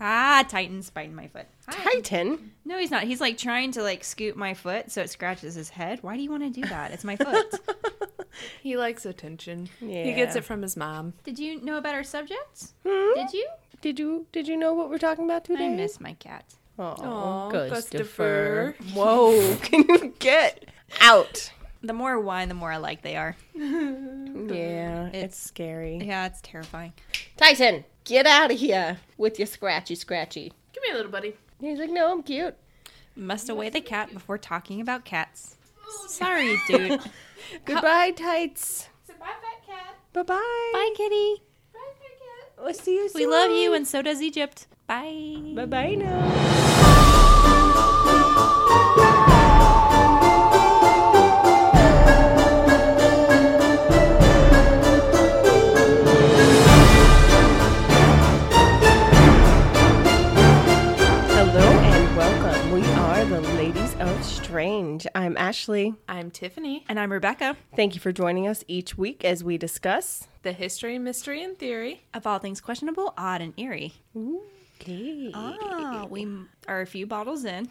Ah, Titan's biting my foot. Hi. Titan. No, he's not. He's like trying to like scoop my foot so it scratches his head. Why do you want to do that? It's my foot. He likes attention. He Yeah. gets it from his mom. Did you know about our subjects? Hmm? Did you? Did you did you know what we're talking about today? I miss my cat. Oh, Aw, Christopher. Christopher. Whoa, can you get out? The more wine, the more alike they are. Yeah, it's, scary. Yeah, it's terrifying. Titan, get out of here with your scratchy scratchy. Give me a little buddy. He's like, no, I'm cute. Must away the cat before talking about cats. Sorry, dude. Goodbye, tights. So bye, fat cat. Bye bye. Bye, kitty. Bye, fat cat. We'll see you soon. We love you, and so does Egypt. Bye. Bye bye now. Hello and welcome. We are the Ladies of Strange. I'm Ashley. I'm Tiffany. And I'm Rebecca. Thank you for joining us each week as we discuss. The history, mystery, and theory. Of all things questionable, odd, and eerie. Okay. Ah, we m- are a few bottles in.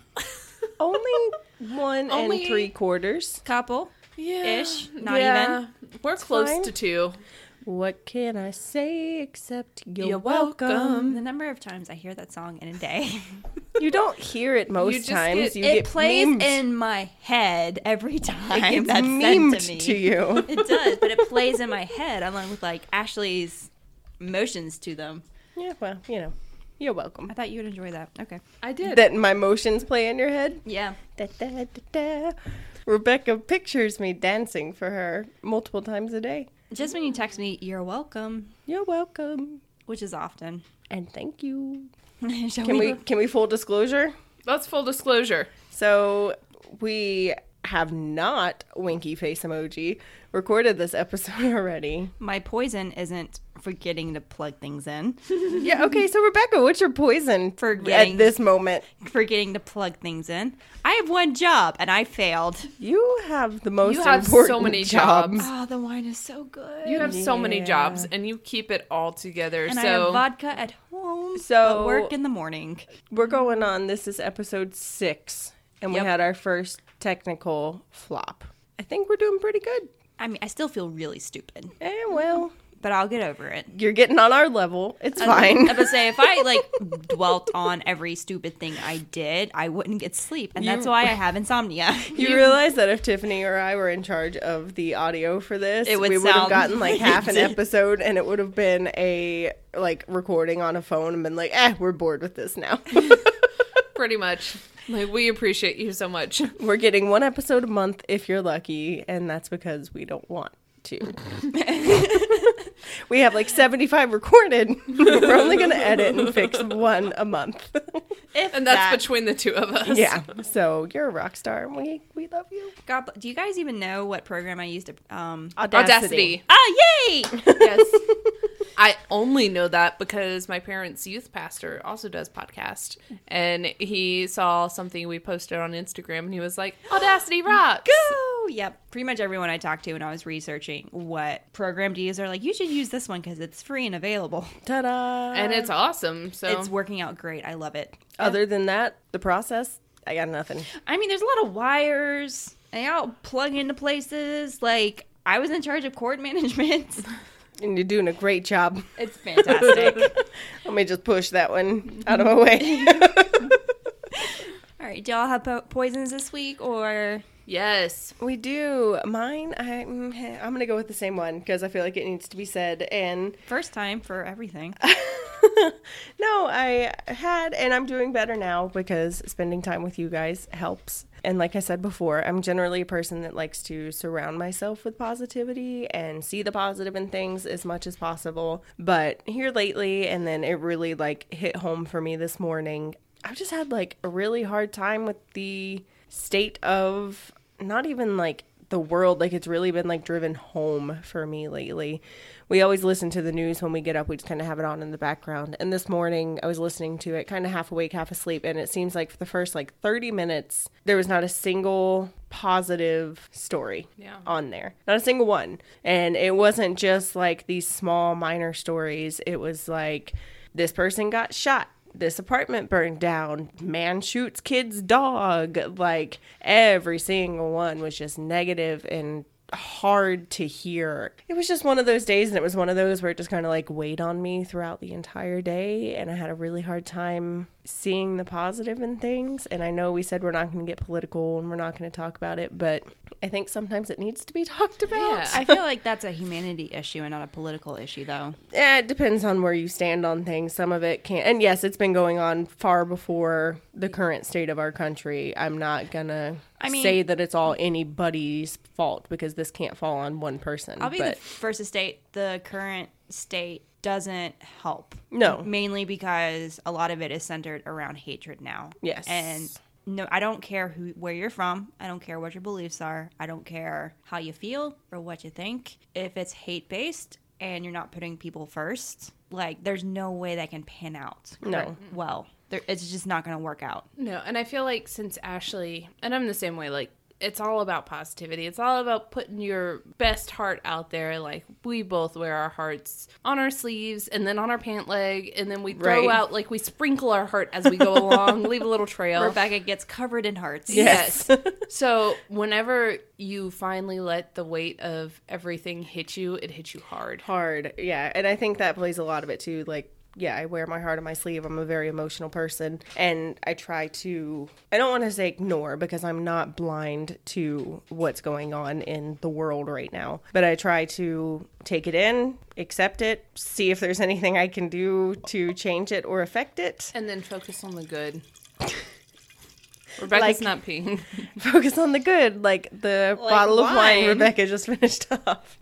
Only one Only- and three quarters. Couple. Yeah. Ish, not even. We're close fine. to two. What can I say except you're, You're welcome? welcome. The number of times I hear that song in a day. You don't hear it most You just times. get- you it get plays memed. in my head every time It gets that's memed sent to me. you. It does, but it plays in my head along with like Ashley's motions to them. yeah, well, you know, you're welcome. I thought you would enjoy that. Okay. I did. That my motions play in your head. Yeah. Da, da, da, da. Rebecca pictures me dancing for her multiple times a day. Just when you text me, you're welcome, You're welcome which is often. and thank you. Shall Can we? we can we full disclosure? That's full disclosure. So we have not winky face emoji recorded this episode already. My poison isn't forgetting to plug things in, Yeah, okay, so Rebecca, what's your poison Forgetting. at this moment? forgetting to plug things in. I have one job and I failed. You have the most You have so important many job. jobs. Oh, the wine is so good. You have so many Yeah. jobs and you keep it all together. and I have so vodka at home, So- but work in the morning. We're going on. This is episode six, and Yep. we had our first technical flop. I think we're doing pretty good. I mean, I still feel really stupid, Eh, well, but I'll get over it. you're getting on our level. It's fine. I would say if I like dwelt on every stupid thing I did, I wouldn't get sleep, and that's You- why I have insomnia. you realize that if Tiffany or I were in charge of the audio for this, It would we would have sound gotten like half an like- episode, and it would have been a like recording on a phone, and been like, "Eh, we're bored with this now. pretty much. Like we appreciate you so much. we're getting one episode a month if you're lucky, and that's because we don't want." to. we have like 75 recorded. We're only going to edit and fix one a month. if And that's that- between the two of us. yeah. So you're a rock star and we, we love you. God, bl- do you guys even know what program I used to? Um, Uh, Audacity. ah, yay! yes. I only know that because my parents' youth pastor also does podcast, and he saw something we posted on Instagram, and he was like, "Audacity rocks." Go! Yep. Pretty much everyone I talked to when I was researching what program to use are like, you should use this one because it's free and available. Ta da. And it's awesome. So It's working out great. I love it. Other than that, the process, I got nothing. I mean, there's a lot of wires. They all plug into places. Like I was in charge of cord management. And you're doing a great job. It's fantastic. Let me just push that one out of my way. all right, do y'all have po- poisons this week or? yes, we do. Mine, I, I'm going to go with the same one because I feel like it needs to be said. And First time for everything. no, I had, and I'm doing better now because spending time with you guys helps. And like I said before, I'm generally a person that likes to surround myself with positivity and see the positive in things as much as possible. But here lately, and then it really like hit home for me this morning, I've just had like a really hard time with the state of not even like the world like it's really been like driven home for me lately we always listen to the news when we get up we just kind of have it on in the background and this morning i was listening to it kind of half awake half asleep and it seems like for the first like 30 minutes there was not a single positive story Yeah. on there not a single one and it wasn't just like these small minor stories it was like this person got shot this apartment burned down, man shoots kid's dog. Like every single one was just negative and hard to hear. It was just one of those days, and it was one of those where it just kind of like weighed on me throughout the entire day. And I had a really hard time seeing the positive in things. And I know we said we're not going to get political and we're not going to talk about it, but I think sometimes it needs to be talked about. Yeah. I feel like that's a humanity issue and not a political issue, though. Eh, it depends on where you stand on things. Some of it can, and yes, it's been going on far before the current state of our country. I'm not gonna I mean- say that it's all anybody's fault because this can't fall on one person. I'll be but the first to state the current state doesn't help. No. Mainly because a lot of it is centered around hatred now. Yes. And no, I don't care who where you're from. I don't care what your beliefs are. I don't care how you feel or what you think. If it's hate based and you're not putting people first, like there's no way that can pan out. No. Well, there, it's just not going to work out. No, and I feel like since Ashley, and I'm the same way, like, it's all about positivity. It's all about putting your best heart out there. Like, we both wear our hearts on our sleeves and then on our pant leg, and then we throw Right. out, like, we sprinkle our heart as we go along, leave a little trail. Oh. Rebecca gets covered in hearts. Yes. so whenever you finally let the weight of everything hit you, it hits you hard. hard, yeah, and I think that plays a lot of it too. Like, yeah, I wear my heart on my sleeve. I'm a very emotional person, and I try to. I don't want to say ignore because I'm not blind to what's going on in the world right now, but I try to take it in, accept it, see if there's anything I can do to change it or affect it. And then focus on the good. Like- Rebecca's not peeing. Focus on the good, like the bottle of wine wine. Rebecca just finished off.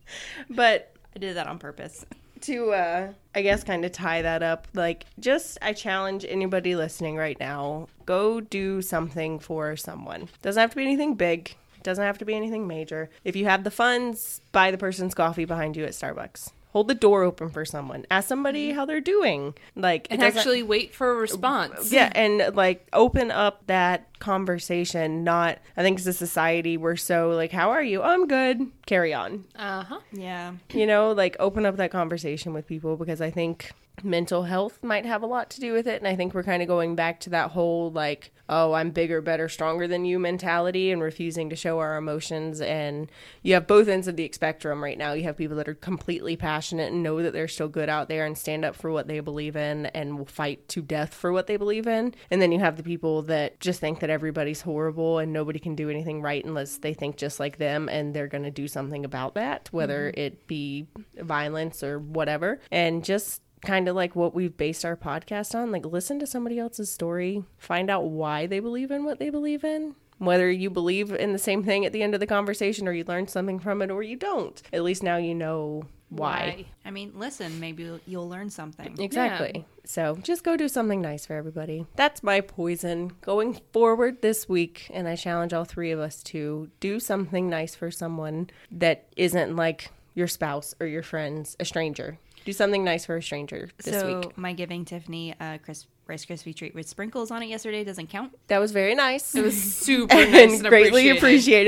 But I did that on purpose. to uh I guess kind of tie that up, like just I challenge anybody listening right now, go do something for someone. Doesn't have to be anything big, doesn't have to be anything major. If you have the funds, buy the person's coffee behind you at Starbucks. Hold the door open for someone. Ask somebody how they're doing. Like it Mm-hmm. And doesn't- actually wait for a response. yeah, and like open up that conversation, not I think as a society we're so like, How are you? "Oh, I'm good. Carry on Uh huh. Yeah. you know, like open up that conversation with people because I think mental health might have a lot to do with it. And I think we're kind of going back to that whole like, oh, I'm bigger, better, stronger than you mentality and refusing to show our emotions. And you have both ends of the spectrum right now. You have people that are completely passionate and know that they're still good out there and stand up for what they believe in and will fight to death for what they believe in. And then you have the people that just think that everybody's horrible and nobody can do anything right unless they think just like them and they're going to do something about that, whether it be violence or whatever. And just kind of like what we've based our podcast on like listen to somebody else's story, find out why they believe in what they believe in. Whether you believe in the same thing at the end of the conversation or you learn something from it or you don't, at least now you know why. I mean, listen, maybe you'll, you'll learn something. Exactly. So just go do something nice for everybody. That's my poison going forward this week. And I challenge all three of us to do something nice for someone that isn't like your spouse or your friends, a stranger. Do something nice for a stranger this so week. my giving Tiffany a crisp, Rice Krispie treat with sprinkles on it yesterday doesn't count. That was very nice. It was super and nice and greatly appreciated.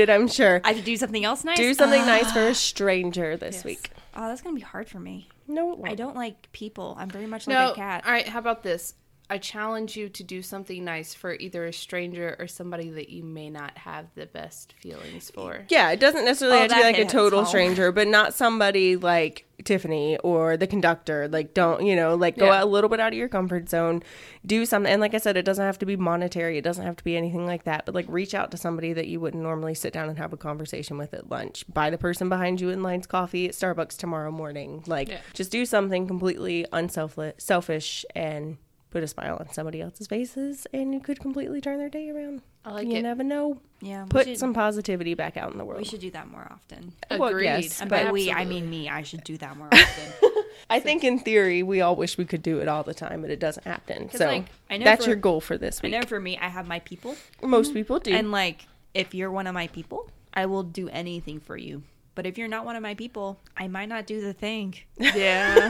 appreciated, I'm sure. I have to do something else nice. Ah, do something nice for a stranger this week. oh, that's gonna be hard for me. No, it I won't. don't like people. I'm very much like No. a cat. All right. How about this? I challenge you to do something nice for either a stranger or somebody that you may not have the best feelings for. Yeah, it doesn't necessarily Oh, have to be that like a hits total home. stranger, but not somebody like Tiffany or the conductor. Like, don't, you know, like go Yeah. out a little bit out of your comfort zone, do something. And like I said, it doesn't have to be monetary, it doesn't have to be anything like that, but like reach out to somebody that you wouldn't normally sit down and have a conversation with at lunch. Buy the person behind you in line's coffee at Starbucks tomorrow morning. Like, Yeah. just do something completely unselfish selfish and put a smile on somebody else's faces, and you could completely turn their day around. I like you it. never know. yeah, we Put should, some positivity back out in the world. We should do that more often. Well, Agreed. yes, And but- by we, I mean me. I should do that more often. I think in theory we all wish we could do it all the time, but it doesn't happen. So like, I know that's for- your goal for this I week. know for me, I have my people, Most people do. and like if you're one of my people, I will do anything for you. But if you're not one of my people, I might not do the thing. Yeah.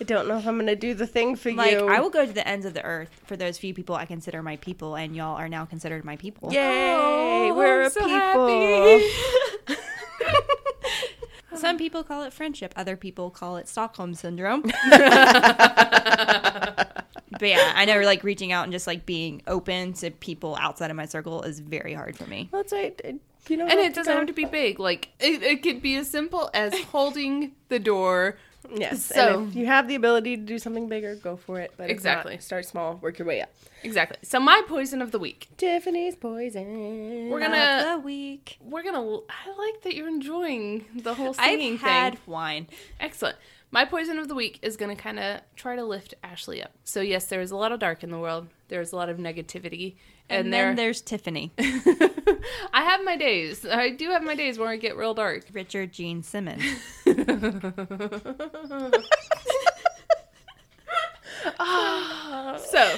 I don't know if I'm gonna do the thing for Like you. I will go to the ends of the earth for those few people I consider my people, and y'all are now considered my people. Yay! Oh, we're I'm a so people. Some people call it friendship. Other people call it Stockholm syndrome. But yeah, I know like reaching out and just like being open to people outside of my circle is very hard for me. That's right. It- You don't And it doesn't have to be big. Like it, it could be as simple as holding the door. Yes. So- and if you have the ability to do something bigger, go for it. But if not, Exactly. start small, work your way up. Exactly. So my poison of the week. Tiffany's poison. We're gonna the week. we're gonna I like that you're enjoying the whole singing I've had thing. wine. Excellent. My poison of the week is going to kind of try to lift Ashley up. So yes, there is a lot of dark in the world. There is a lot of negativity, And, and, then there. there's Tiffany, I have my days. I do have my days where I get real dark. Richard Gene Simmons. So,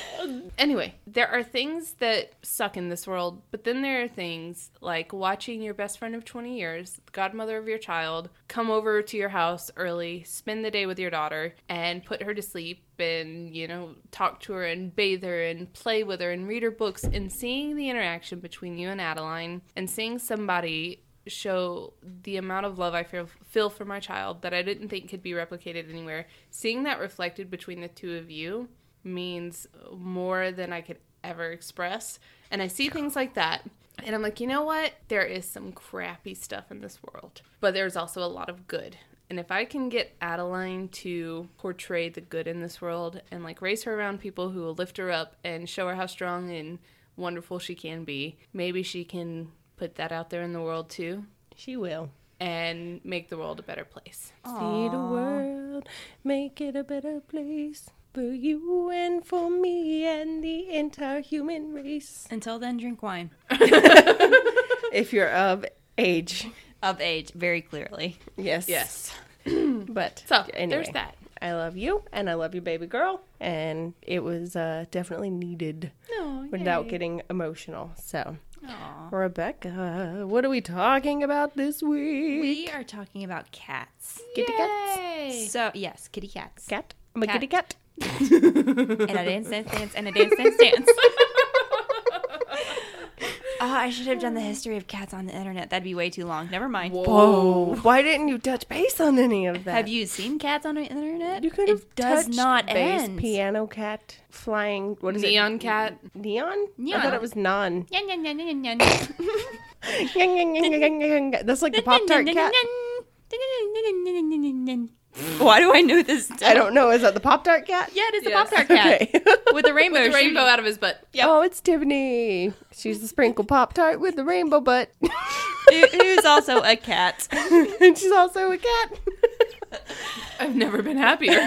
anyway, there are things that suck in this world, but then there are things like watching your best friend of 20 years, the godmother of your child, come over to your house early, spend the day with your daughter, and put her to sleep and, you know, talk to her and bathe her and play with her and read her books and seeing the interaction between you and Adeline and seeing somebody show the amount of love I feel, feel for my child that I didn't think could be replicated anywhere. Seeing that reflected between the two of you means more than I could ever express. And I see things like that. And I'm like, you know what? There is some crappy stuff in this world, but there's also a lot of good. And if I can get Adeline to portray the good in this world and like raise her around people who will lift her up and show her how strong and wonderful she can be, maybe she can put that out there in the world too She will. and make the world a better place. See the world, make it a better place for you and for me and the entire human race. Until then, drink wine If you're of age. of age, very clearly. Yes. Yes. But So anyway, there's that. I love you and I love you, baby girl. And it was uh, definitely needed No, without getting emotional. So, Rebecca, what are we talking about this week? We are talking about cats. Kitty cats. So yes, kitty cats. Cat. I'm a Cat. kitty cat. and a dance, dance, dance, and a dance, dance, dance. oh, I should have done the history of cats on the internet. That'd be way too long. Never mind. Oh, why didn't you touch base on any of that? Have you seen cats on the internet? You could have it does touched not base. end. Piano cat, flying. What is Neon it? cat. Neon. I Neon. thought it was non. Yan, yan, yan, yan, yan, yan. Yang, yang, yang, yang, yang, yang, yang. That's like the pop tart cat. Why do I know this? I don't know. Is that the pop tart cat? Yeah, it is the Yes. pop tart cat Okay. with the rainbow. The shoe. rainbow out of his butt. Oh, it's Tiffany. She's the sprinkle pop tart with the rainbow butt. Who- Who's also a cat. and she's also a cat. I've never been happier.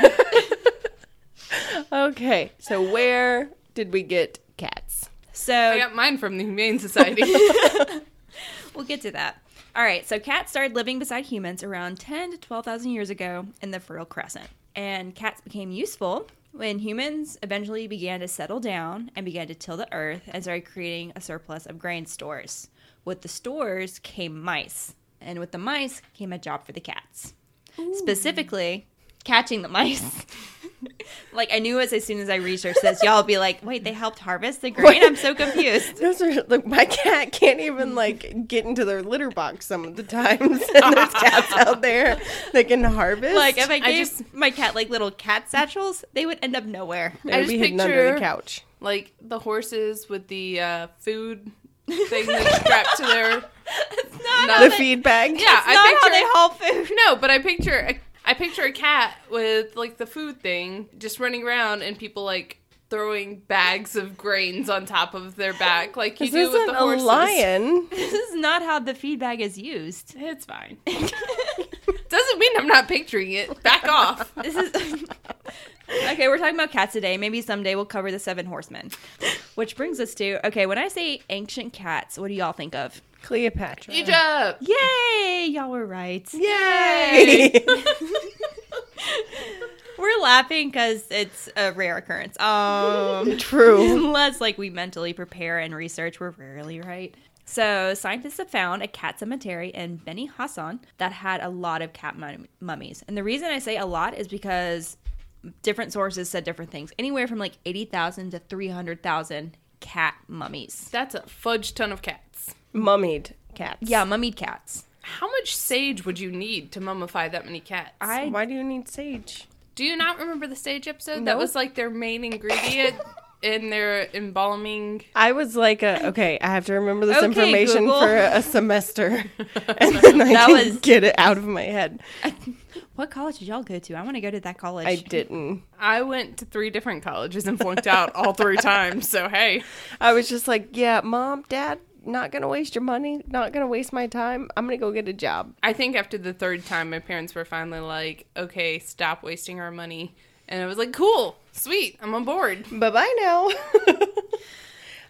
okay, so where did we get cats? So I got mine from the Humane Society. We'll get to that. All right, so cats started living beside humans around 10 to 12,000 years ago in the Fertile Crescent. And cats became useful when humans eventually began to settle down and began to till the earth and started creating a surplus of grain stores. With the stores came mice, and with the mice came a job for the cats. Specifically, catching the mice. like I knew as as soon as I researched this, y'all would be like, "Wait, they helped harvest the grain." I'm so confused. Those are like my cat can't even like get into their litter box some of the times. and there's cats out there that can harvest. Like if I gave I just- my cat like little cat satchels, they would end up nowhere. They'd I just be hidden under the picture- couch. like the horses with the uh, food thing that's strapped to their. It's not No. how The they- feed bag. Yeah, it's not how they I haul food. picture. No, but I picture a, I picture a cat with like the food thing just running around and people like throwing bags of grains on top of their back like you This do with isn't the a horses. lion. This is not how the feed bag is used. It's fine. this Doesn't mean I'm not picturing it. Back off. is okay. We're talking about cats today. Maybe someday we'll cover the seven horsemen, which brings us to okay. When I say ancient cats, what do y'all think of? Cleopatra. Egypt. Yay! Y'all were right. Yay! We're laughing because it's a rare occurrence. Um. True. unless like we mentally prepare and research, we're rarely right. So scientists have found a cat cemetery in Beni Hassan that had a lot of cat mum- mummies, and the reason I say a lot is because different sources said different things, anywhere from like eighty thousand to three hundred thousand cat mummies. That's a fudge ton of cats. Mummied cats. Yeah, mummied cats. How much sage would you need to mummify that many cats? I Why do you need sage? Do you not remember the stage episode? No. That was like their main ingredient in their embalming. I was like, a, okay, I have to remember this Okay, information Google. for a semester, and then I That can was- get it out of my head. What college did y'all go to? I want to go to that college. I didn't. I went to three different colleges and flunked out all three times. So hey, I was just like, yeah, mom, dad, not gonna waste your money, not gonna waste my time. I'm gonna go get a job. I think after the third time, my parents were finally like, "Okay, stop wasting our money," and I was like, "Cool, sweet, I'm on board." Bye bye now.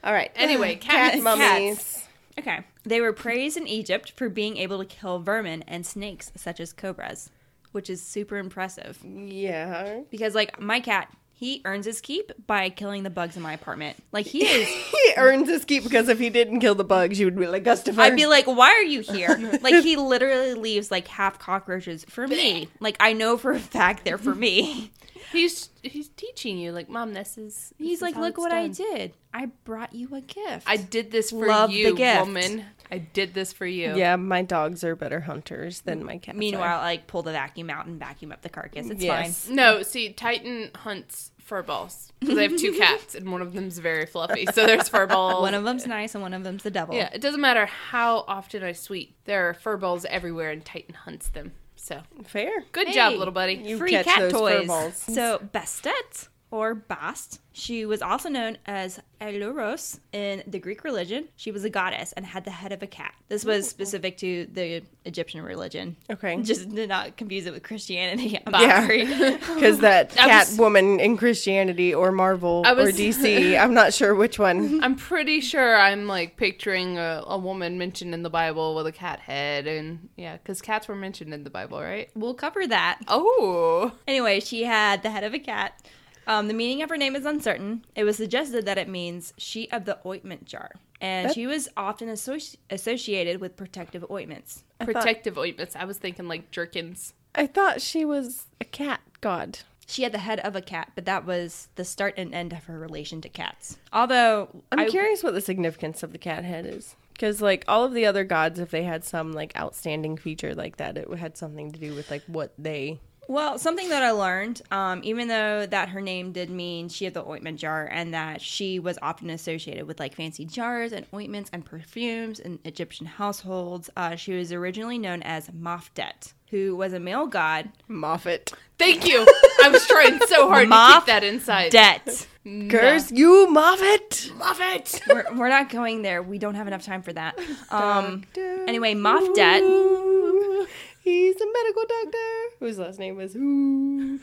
All right. Anyway, cat cats. mummies. Okay. They were praised in Egypt for being able to kill vermin and snakes such as cobras, which is super impressive. Yeah. Because like my cat, he earns his keep by killing the bugs in my apartment. Like he is He earns his keep because if he didn't kill the bugs, you would be like Gustav. I'd be like, "Why are you here?" Like he literally leaves like half cockroaches for me. Like I know for a fact they're for me. He's he's teaching you like, mom, this is. this He's is like, how "Look it's what I done." did. I brought you a gift." I did this for Love the you, gift. woman. I did this for you. yeah, my dogs are better hunters than my cats. are. Meanwhile, I like pull the vacuum out and vacuum up the carcass. It's Yes. No, see, Titan hunts fur balls because I have two cats, and one of them's very fluffy. So there's fur balls. fine. One of them's nice and one of them's the devil. yeah, it doesn't matter how often I sweep. There are fur balls everywhere, and Titan hunts them. So fair. good Hey. job, little buddy. You free catch cat those fur toys. balls. So Bastet or Bast, she was also known as Eluros in the Greek religion. She was a goddess and had the head of a cat. This was specific to the Egyptian religion. Okay. Just did not confuse it with Christianity. I'm Yeah. sorry. Because that I cat was- woman in Christianity or Marvel I was- or DC, I'm not sure which one. I'm pretty sure I'm like picturing a, a woman mentioned in the Bible with a cat head, and yeah, because cats were mentioned in the Bible, right? we'll cover that. Oh, Anyway, she had the head of a cat. Um, the meaning of her name is uncertain. It was suggested that it means she of the ointment jar. And That- she was often associ- associated with protective ointments. thought- protective ointments. I was thinking like jerkins. I thought she was a cat god. She had the head of a cat, but that was the start and end of her relation to cats. Although I'm I- curious what the significance of the cat head is. Because like all of the other gods, if they had some like outstanding feature like that, it had something to do with like what they. Well, something that I learned, um, even though that her name did mean she had the ointment jar and that she was often associated with like fancy jars and ointments and perfumes in Egyptian households, uh, she was originally known as Mafdet, who was a male god. Moffat. Thank you. I was trying so hard to Moff keep that inside. Det. Curse you, Moffat! Moffat. we're, we're not going there. We don't have enough time for that. Um, anyway, Mafdet. Ooh, He's a medical doctor whose last name was Who.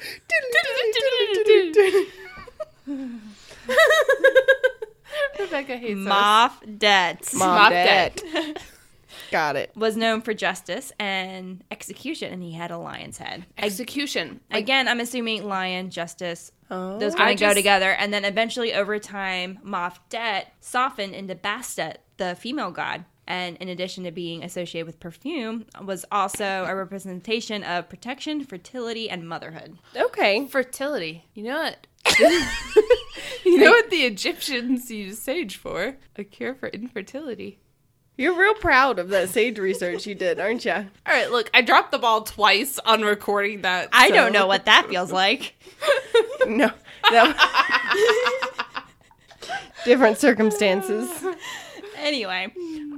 Rebecca hates us. Mafdet. Moffat. Got it. was known for justice and execution, and he had a lion's head. Execution. Again, I'm assuming lion, justice, Oh. those kind I of go just- together. And then eventually, over time, Mafdet softened into Bastet, the female god. And in addition to being associated with perfume, was also a representation of protection, fertility, and motherhood. Okay. Fertility. You know what? you know what the Egyptians used sage for? A cure for infertility. You're real proud of that sage research you did, aren't you? All right, look, I dropped the ball twice on recording that. I so- don't know what that feels like. No. That... Different circumstances. anyway,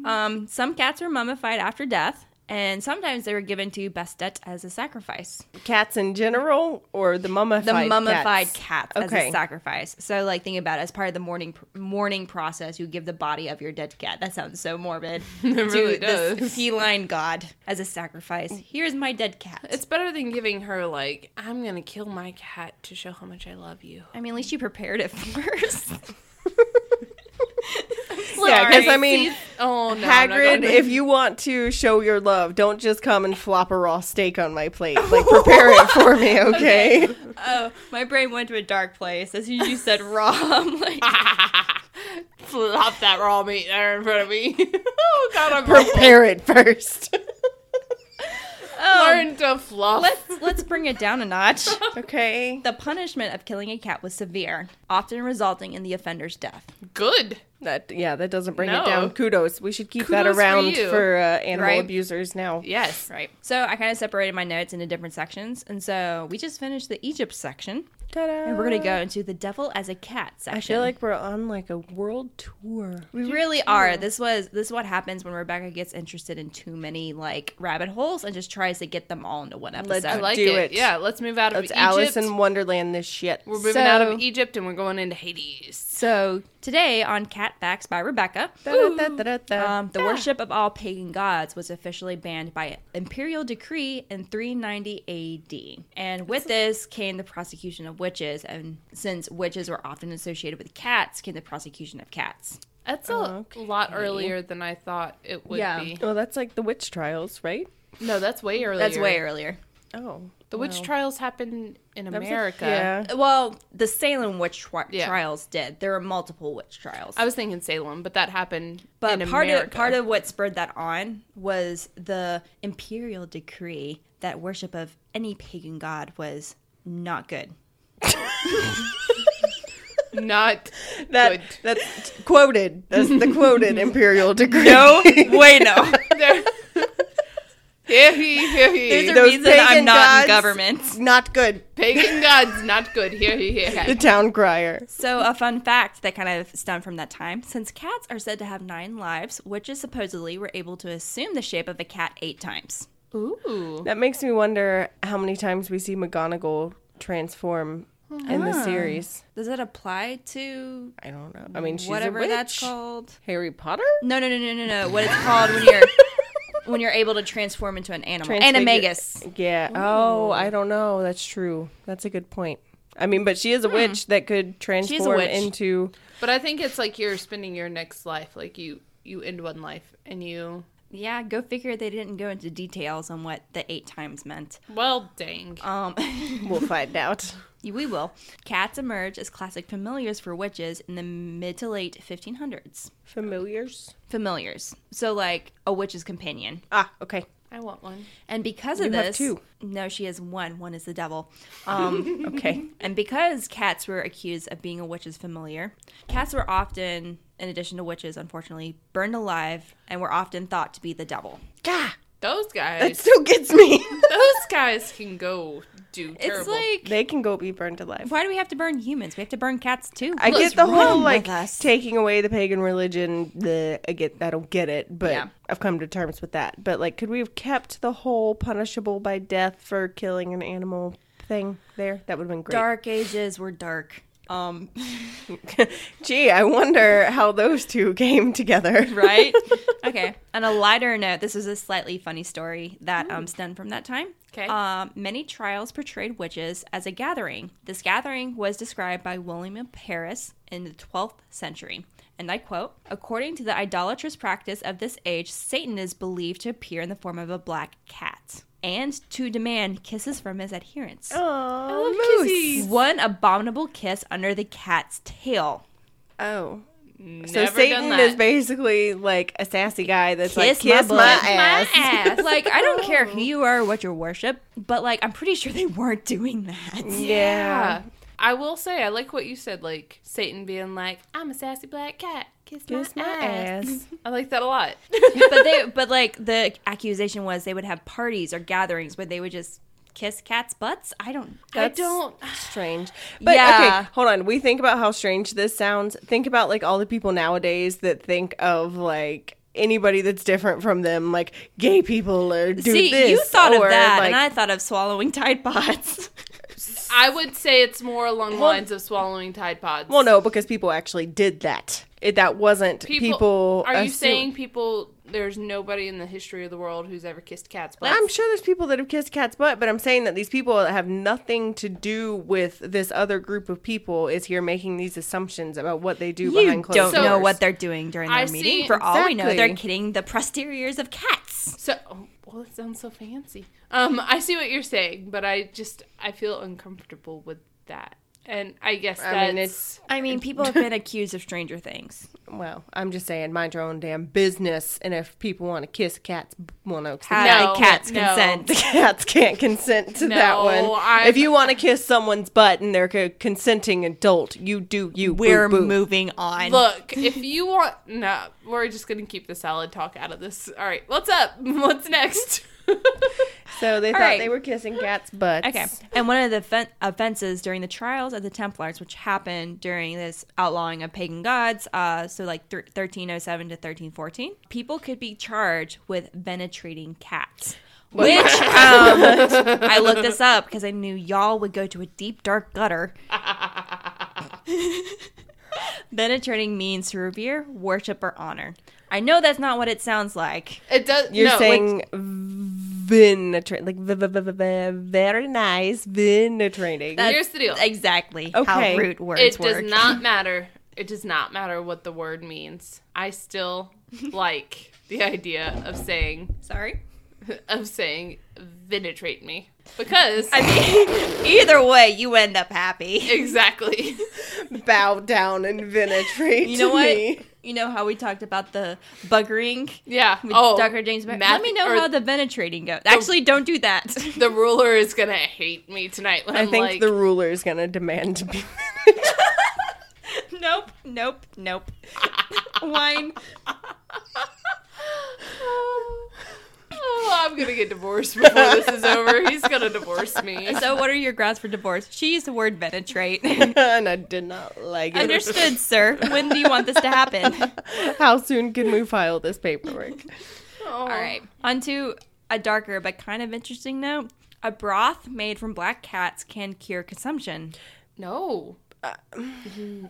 um, some cats were mummified after death, and sometimes they were given to Bastet as a sacrifice. Cats in general or the mummified the mummified cats? cats, as Okay. a sacrifice. So, like, think about it, as part of the mourning mourning process, you give the body of your dead cat. That sounds so morbid. it really this does. feline god as a sacrifice. Here's my dead cat. It's better than giving her, like, I'm going to kill my cat to show how much I love you. I mean, at least you prepared it first. Yeah, because I Sorry. mean, Oh, no. I'm not Hagrid, gonna- if you want to show your love, don't just come and flop a raw steak on my plate. Like, prepare it for me, okay? oh, my brain went to a dark place as soon as you said raw. I'm like, flop that raw meat there in front of me. oh, God, I'm prepare it first. oh. Learn to fluff. Let's let's bring it down a notch. Okay. The punishment of killing a cat was severe, often resulting in the offender's death. Good. That yeah, that doesn't bring No. it down. Kudos. We should keep that Kudos for around you. for, uh, animal Right. abusers now. Yes. Right. So I kind of separated my notes into different sections, and so we just finished the Egypt section, Ta-da. and we're gonna go into the devil as a cat section. I feel like we're on like a world tour. We really are. This was this is what happens when Rebecca gets interested in too many like rabbit holes and just tries to get them all into one episode. I like do it. it. Yeah, let's move out of It's Egypt. Alice in Wonderland. This shit. We're moving out So- of Egypt and we're going into Hades. so today on Cat Facts by Rebecca, Da-da-da-da-da. um, the worship of all pagan gods was officially banned by imperial decree in 390 AD. And with this came the prosecution of witches, and since witches were often associated with cats, came the prosecution of cats. That's a lot earlier than I thought it would Yeah. be. well, that's like the witch trials, right? No, that's way earlier. That's way earlier. Oh, The witch trials happened in That was a- America. Yeah. Well, the Salem witch tri- Yeah. trials did. There were multiple witch trials. I was thinking Salem, but that happened But in part America. of part of what spurred that on was the imperial decree that worship of any pagan god was not good. not That good. that's quoted. That's the quoted imperial decree. way no. There- Hear ye, hear ye. There's a Those reason I'm not in pagan gods- government. not good. Pagan gods, not good. Hear ye, hear The ye. town crier. So a fun fact that kind of stemmed from that time, since cats are said to have nine lives, witches supposedly were able to assume the shape of a cat eight times. Ooh. That makes me wonder how many times we see McGonagall transform in the series. Does that apply to I don't know. I mean, she's a whatever witch. that's called? Harry Potter. No, no, no, no, no, no. What it's called when you're when you're able to transform into an animal. Transfigure- Animagus. Yeah. Oh, I don't know. That's true. That's a good point. I mean, but she is a Hmm. witch that could transform witch. into. But I think it's like you're spending your next life. Like you, you end one life and you. Yeah, go figure they didn't go into details on what the eight times meant. Well, dang. Um We'll find out. we will. Cats emerge as classic familiars for witches in the mid to late 1500s. Familiars. Familiars. So like a witch's companion. Ah, okay. I want one. And because of You have this, two. no, she has one. One is the devil. Um, Okay. and because cats were accused of being a witch's familiar, cats were often, in addition to witches, unfortunately, burned alive and were often thought to be the devil. Gah, Those that guys. still gets me. those guys can go do terrible. It's like, they can go be burned alive. why do we have to burn humans? We have to burn cats too. I What get is the wrong whole with like us? taking away the pagan religion. The I get I don't get it, but Yeah. I've come to terms with that. But like, could we have kept the whole punishable by death for killing an animal thing there? That would have been great. dark ages were dark. Um, Gee, I wonder how those two came together. right? okay. On a lighter note, this is a slightly funny story that um, stemmed from that time. 'Kay. Um, many trials portrayed witches as a gathering. This gathering was described by William of Paris in the 12th century. And I quote According to the idolatrous practice of this age, Satan is believed to appear in the form of a black cat and to demand kisses from his adherents. Oh, moose. One abominable kiss under the cat's tail. Oh. So Never done Satan that. is basically like a sassy guy that's like Kiss my kiss my, butt." Kiss my ass. like I don't care who you are, or what you worship, but like I'm pretty sure they weren't doing that. Mm. Yeah. Yeah. I will say, I like what you said, like Satan being like, I'm a sassy black cat. Kiss, Kiss my, my ass. ass. I like that a lot. but they, but like the accusation was they would have parties or gatherings where they would just kiss cats' butts. I don't. I That's don't. strange. But Yeah. okay, hold on. We think about how strange this sounds. Think about like all the people nowadays that think of like anybody that's different from them, like gay people or do See, this. you thought or, of that, like, and I thought of swallowing Tide Pods. I would say it's more along the lines of swallowing Tide Pods. Well, no, because people actually did that. It, that wasn't people. are you assume- saying people? There's nobody in the history of the world who's ever kissed cats' butts. I'm sure there's people that have kissed cat's butt, but I'm saying that these people that have nothing to do with this other group of people is here making these assumptions about what they do you behind closed don't doors. know what they're doing during their I see, meeting. For all we know, they're exactly. kidding the posteriors of cats. So, oh, well, it sounds so fancy. Um, I see what you're saying, but I just I feel uncomfortable with that. And I guess that's I mean, it's- I mean, people have been accused of stranger things. Well, I'm just saying, mind your own damn business. And if people want to kiss cats, well, no, 'cause Had No, I cats no. the consent? cats can't consent to No, that one. I'm- If you want to kiss someone's butt and they're a consenting adult, you do you. We're boo-boo. moving on. Look, if you want, no, we're just gonna keep the salad talk out of this. All right, what's up? What's next? So they thought right. they were kissing cats' butts. Okay. And one of the offen- offenses during the trials of the Templars, which happened during this outlawing of pagan gods, uh, so like th- 1307 to 1314, people could be charged with venetrating cats. Which um, I looked this up because I knew y'all would go to a deep dark gutter. Venetrating means to revere, worship, or honor. I know that's not what it sounds like. It does. You're no, like, saying venetrating, like v- v- v- v- very nice venetrating. That's Here's the deal. Exactly how Okay. root words it work. does not matter. It does not matter what the word means. I still like the idea of saying Sorry. of saying venetrate me because Either way, you end up happy. exactly. Bow down and venetrate. You know to what? me. You know how we talked about the buggering Yeah. oh, with Dr. James Beck? Let Matthew- me know or how Oh, the venetrating goes. Actually, don't do that. the ruler is gonna hate me tonight. When I I'm think like, the ruler is gonna demand to be. venetrated. nope, nope, nope. Wine. oh, I'm gonna get divorced before this is over. He's gonna divorce me. So, what are your grounds for divorce? She used the word venetrate. and I did not like it. Understood, sir. When do you want this to happen? How soon can we file this paperwork? All All right. On to a darker but kind of interesting note. A broth made from black cats can cure consumption. No.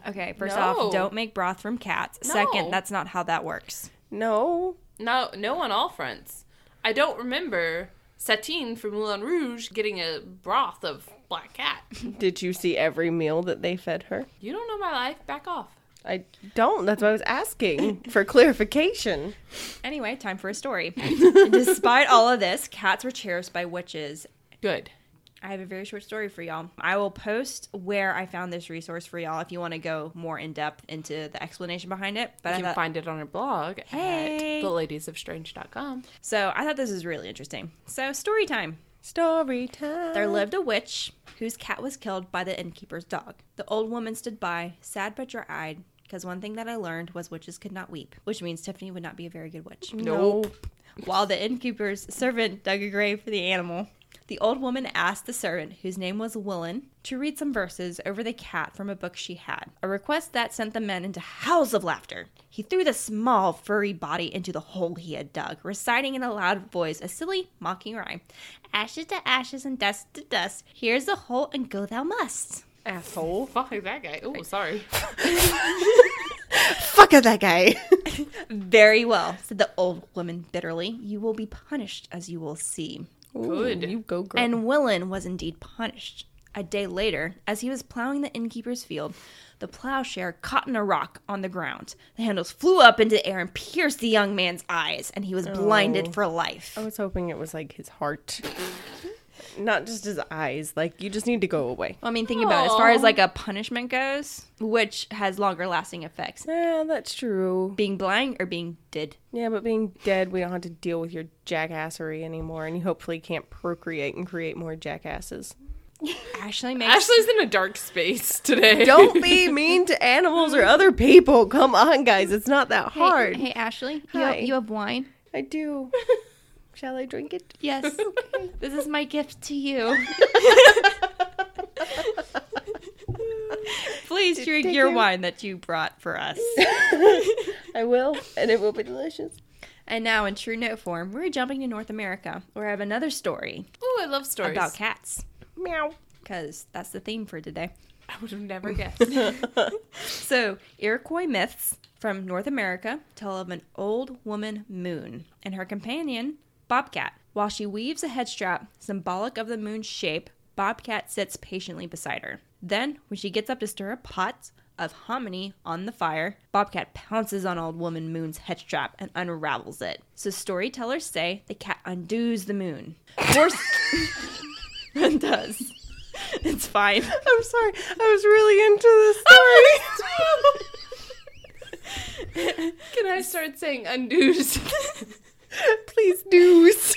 Okay, first No. off, don't make broth from cats. No. Second, that's not how that works. No. No. No on all fronts. I don't remember Satine from Moulin Rouge getting a broth of black cat. Did you see every meal that they fed her? You don't know my life. Back off. I don't. That's what I was asking for clarification. Anyway, time for a story. Despite all of this, cats were cherished by witches. Good. I have a very short story for y'all. I will post where I found this resource for y'all if you want to go more in depth into the explanation behind it. But I You can thought- find it on her blog Hey. at theladiesofstrange.com. so I thought this was really interesting. So story time. Story time. There lived a witch whose cat was killed by the innkeeper's dog. The old woman stood by, sad but dry eyed, because one thing that I learned was witches could not weep, which means Tiffany would not be a very good witch. Nope. While the innkeeper's servant dug a grave for the animal, the old woman asked the servant, whose name was Willen, to read some verses over the cat from a book she had, a request that sent the men into howls of laughter. He threw the small, furry body into the hole he had dug, reciting in a loud voice a silly, mocking rhyme Ashes to ashes and dust to dust, here's the hole and go thou must. Asshole. Fuck that guy. Oh, sorry. Fuck up that guy. Very well, said the old woman bitterly. You will be punished as you will see. Good. You go, girl. And Willen was indeed punished. A day later, as he was plowing the innkeeper's field, the plowshare caught in a rock on the ground. The handles flew up into the air and pierced the young man's eyes, and he was blinded for life. I was hoping it was like his heart, not just his eyes. Like you just need to go away. Well, I mean, think about it. As far as like a punishment goes, which has longer lasting effects, Yeah, that's true. being blind or being dead. Yeah, but being dead, we don't have to deal with your jackassery anymore, and you hopefully can't procreate and create more jackasses. Ashley makes Ashley's in a dark space today. Don't be mean to animals or other people. Come on, guys. It's not that hard. Hey, Ashley, you have- you have wine? I do. Shall I drink it? Yes. this is my gift to you. Please drink your wine that you brought for us. I will, and it will be delicious. and now, in true note form, we're jumping to North America, where I have another story Ooh, I love stories. about cats, Meow. because that's the theme for today. I would have never guessed. So, Iroquois myths from North America tell of an old woman moon and her companion, Bobcat. While she weaves a headstrap symbolic of the moon's shape, Bobcat sits patiently beside her. Then, when she gets up to stir a pot of hominy on the fire, Bobcat pounces on Old Woman Moon's headstrap and unravels it. So, storytellers say the cat undoes the moon. Force- does. It's fine. I'm sorry. I was really into this story. Can I start saying undo's? Please deuce.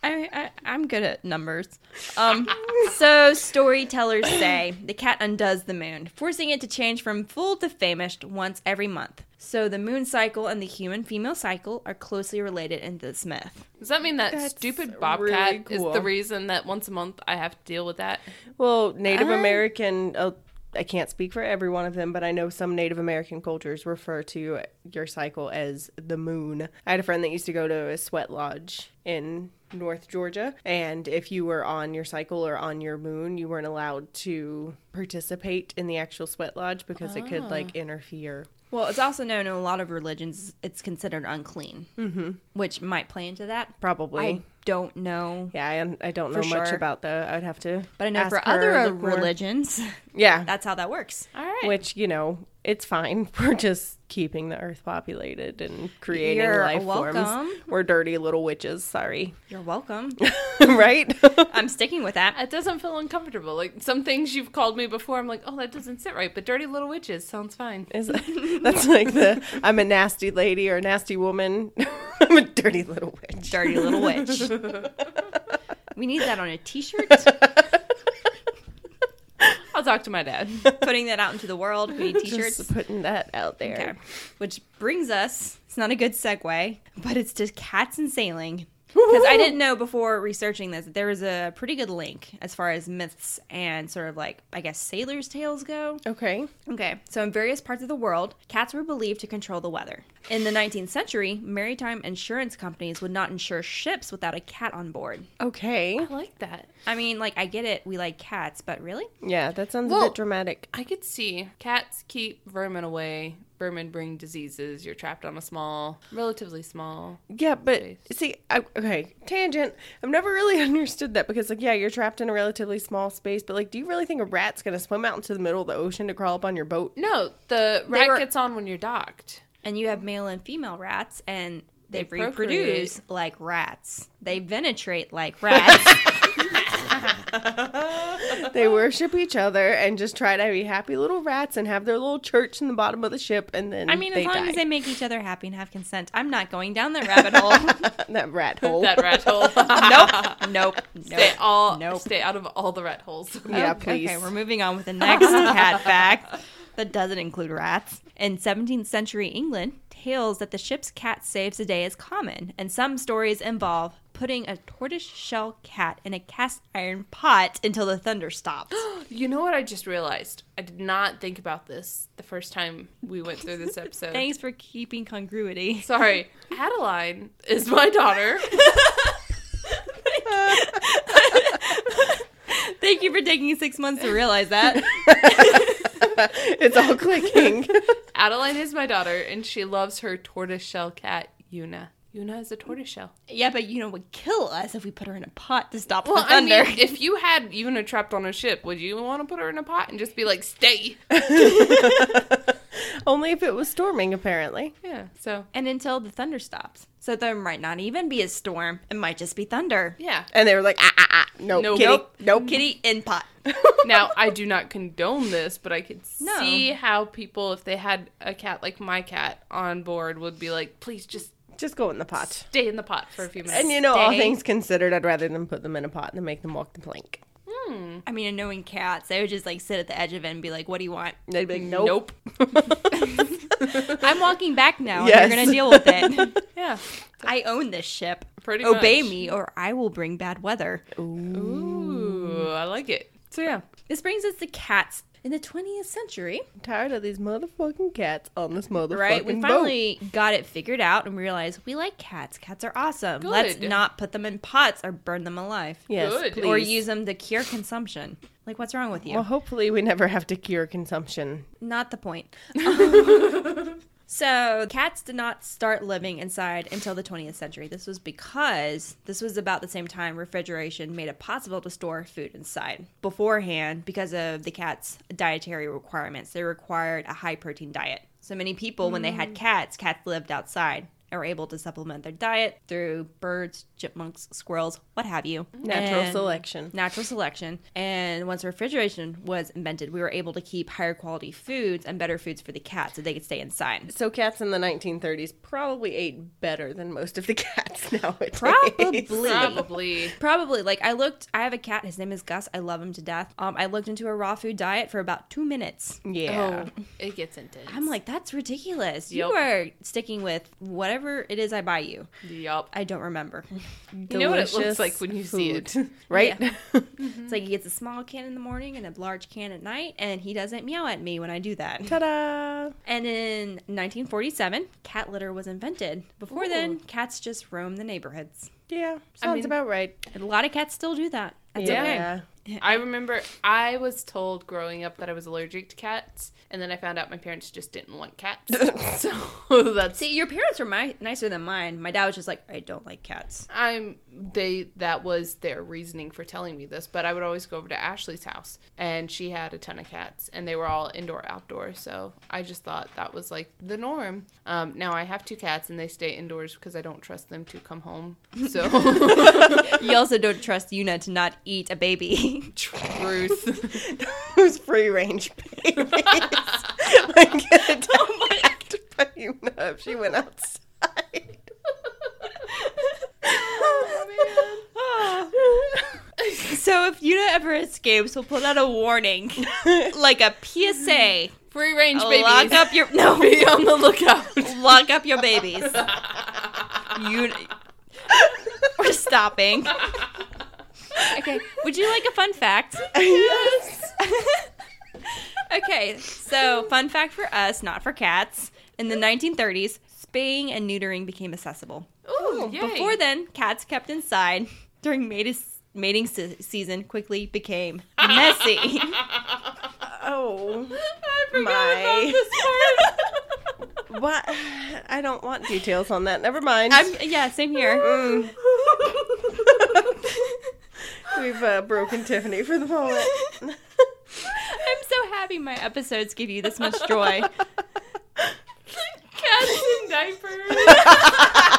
I, I I'm good at numbers. Um, so storytellers say the cat undoes the moon, forcing it to change from full to famished once every month. So the moon cycle and the human female cycle are closely related in this myth. Does that mean that That's stupid bobcat really cool. is the reason that once a month I have to deal with that? Well, Native I- American. Uh, I can't speak for every one of them, but I know some Native American cultures refer to your cycle as the moon. I had a friend that used to go to a sweat lodge in North Georgia, and if you were on your cycle or on your moon, you weren't allowed to participate in the actual sweat lodge because it could like interfere. Well, it's also known in a lot of religions it's considered unclean, mm-hmm. which might play into that. Probably. I don't know, yeah, I, I don't know For much sure. about the. I'd have to. but I know ask for her, other uh, look more. religions, Yeah, that's how that works. All right. which you know it's fine we're just keeping the earth populated and creating You're life forms welcome. we're dirty little witches sorry You're welcome. right I'm sticking with that. it doesn't feel uncomfortable. Like some things you've called me before, I'm like, oh, that doesn't sit right. But dirty little witches sounds fine. Is- that's like the i'm a nasty lady or a nasty woman i'm a dirty little witch Dirty little witch. we need that on a t-shirt. I'll talk to my dad. Putting that out into the world. We need t-shirts. just putting that out there Okay. Which brings us, it's not a good segue, but it's to cats and sailing. Because I didn't know before researching this that there was a pretty good link as far as myths and sort of like, I guess, sailors' tales go. okay, Okay, so in various parts of the world, cats were believed to control the weather. In the 19th century, maritime insurance companies would not insure ships without a cat on board. okay. I like that. I mean, like, I get it, we like cats, but really? yeah that sounds a Well- bit dramatic I could see cats keep vermin away. Vermin bring diseases. You're trapped on a small, relatively small. Yeah, but Space. see, I, okay, tangent. I've never really understood that because, like, yeah, you're trapped in a relatively small space, but like, do you really think a rat's gonna swim out into the middle of the ocean to crawl up on your boat? No, the rat were- gets on when you're docked. and you have male and female rats and they, Mm. They reproduce like rats they venetrate like rats They worship each other and just try to be happy little rats and have their little church in the bottom of the ship, and then i mean as they long die. as they make each other happy and have consent i'm not going down that rabbit hole that rat hole. That rat hole. nope nope nope Stay all. Nope. Stay out of all the rat holes. yeah, oh, Okay, please. Okay, we're moving on with the next cat fact that doesn't include rats. In 17th century England, tales that the ship's cat saves the day is common, and some stories involve putting a tortoise shell cat in a cast iron pot until the thunder stops. You know what I just realized? I did not think about this the first time we went through this episode. Thanks for keeping congruity. Sorry. Adeline is my daughter. Thank you for taking six months to realize that. it's all clicking. Adeline is my daughter, and she loves her tortoiseshell cat, Yuna. Yuna is a tortoiseshell. yeah, but you know would kill us if we put her in a pot to stop Well, the I thunder. mean, if you had Yuna trapped on a ship, would you want to put her in a pot and just be like, stay? Only if it was storming, apparently. Yeah, so, and until the thunder stops. So there might not even be a storm. It might just be thunder. yeah. And they were like, ah, ah, ah, nope, Nope. kitty, Nope. nope. Kitty in pot. Now, I do not condone this, but I could No. see how people, if they had a cat like my cat on board, would be like, please just Just go in the pot. stay in the pot for a few minutes. And you know, all Stay. things considered, I'd rather them put them in a pot than make them walk the plank. I mean, and knowing cats, they would just like sit at the edge of it and be like, "What do you want?" They'd be like, Nope. I'm walking back now. Yes. And you're gonna deal with it. Yeah. I own this ship. Pretty Obey much. me, or I will bring bad weather. Ooh, I like it. So yeah. This brings us to cats in the 20th century. I'm tired of these motherfucking cats on this motherfucking right? We boat. finally got it figured out and realized we like cats. Cats are awesome. Let's Good. not put them in pots or burn them alive. Yes, Good. please. Or use them to cure consumption. Like, what's wrong with you? Well, hopefully we never have to cure consumption. Not the point. so, cats did not start living inside until the 20th century. This was because this was about the same time refrigeration made it possible to store food inside. Beforehand, because of the cat's dietary requirements, they required a high protein diet. So, many people, when they had cats, cats lived outside. are able to supplement their diet through birds, chipmunks, squirrels, what have you. Natural And- selection. Natural selection. And once refrigeration was invented, we were able to keep higher quality foods and better foods for the cats so they could stay inside. So cats in the 1930s probably ate better than most of the cats nowadays. Probably. Probably. Probably. Like I looked I have a cat, his name is Gus. I love him to death. Um I looked into a raw food diet for about two minutes. Yeah. Oh, it gets intense. I'm like, that's ridiculous. You Yup. are sticking with whatever it is I buy you. yup. I don't remember. You know what it Delicious looks like when you see it. food. Right? It's like he gets a small can in the morning and a large can at night, and he doesn't meow at me when I do that. Ta-da! And in 1947, cat litter was invented. Before then, cats just roamed the neighborhoods. Yeah. Sounds mean- about right. And a lot of cats still do that. That's Yeah. okay. I remember I was told growing up that I was allergic to cats, and then I found out my parents just didn't want cats. so that's See, your parents were my- nicer than mine. My dad was just like, I don't like cats. I'm they that was their reasoning for telling me this, but I would always go over to Ashley's house and she had a ton of cats and they were all indoor outdoor, so I just thought that was like the norm. Um, now I have two cats and they stay indoors because I don't trust them to come home. So you also don't trust Yuna to not eat a baby. truth. Who's free range babies? like, get oh my God. You know, if she went outside. Oh, so if Yuna ever escapes, we'll put out a warning, like a PSA. Free range Lock babies. up your no. Be on the lookout. Lock up your babies. you. We're stopping. Okay. Would you like a fun fact? yes. okay. So, fun fact for us, not for cats. In the 1930s, spaying and neutering became accessible. Oh. Ooh, yay. Before then, cats kept inside during mating, mating se- season quickly became messy. Oh. I forgot about What? I don't want details on that. Never mind. I'm, yeah, same here. Mm. We've uh, broken Tiffany for the moment. I'm so happy my episodes give you this much joy. Cats in diapers.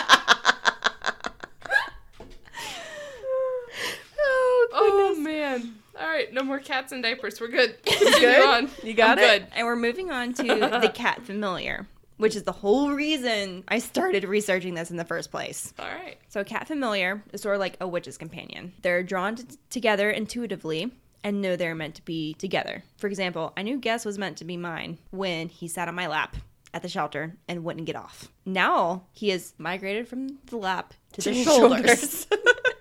oh man. All right, no more cats in diapers. We're good. Continue good? on. You got I'm it? Good. And we're moving on to the cat familiar, which is the whole reason I started researching this in the first place. All right. So, a cat familiar is sort of like a witch's companion. They're drawn t- together intuitively and know they're meant to be together. For example, I knew Gus was meant to be mine when he sat on my lap at the shelter and wouldn't get off. Now he has migrated from the lap to the his shoulders.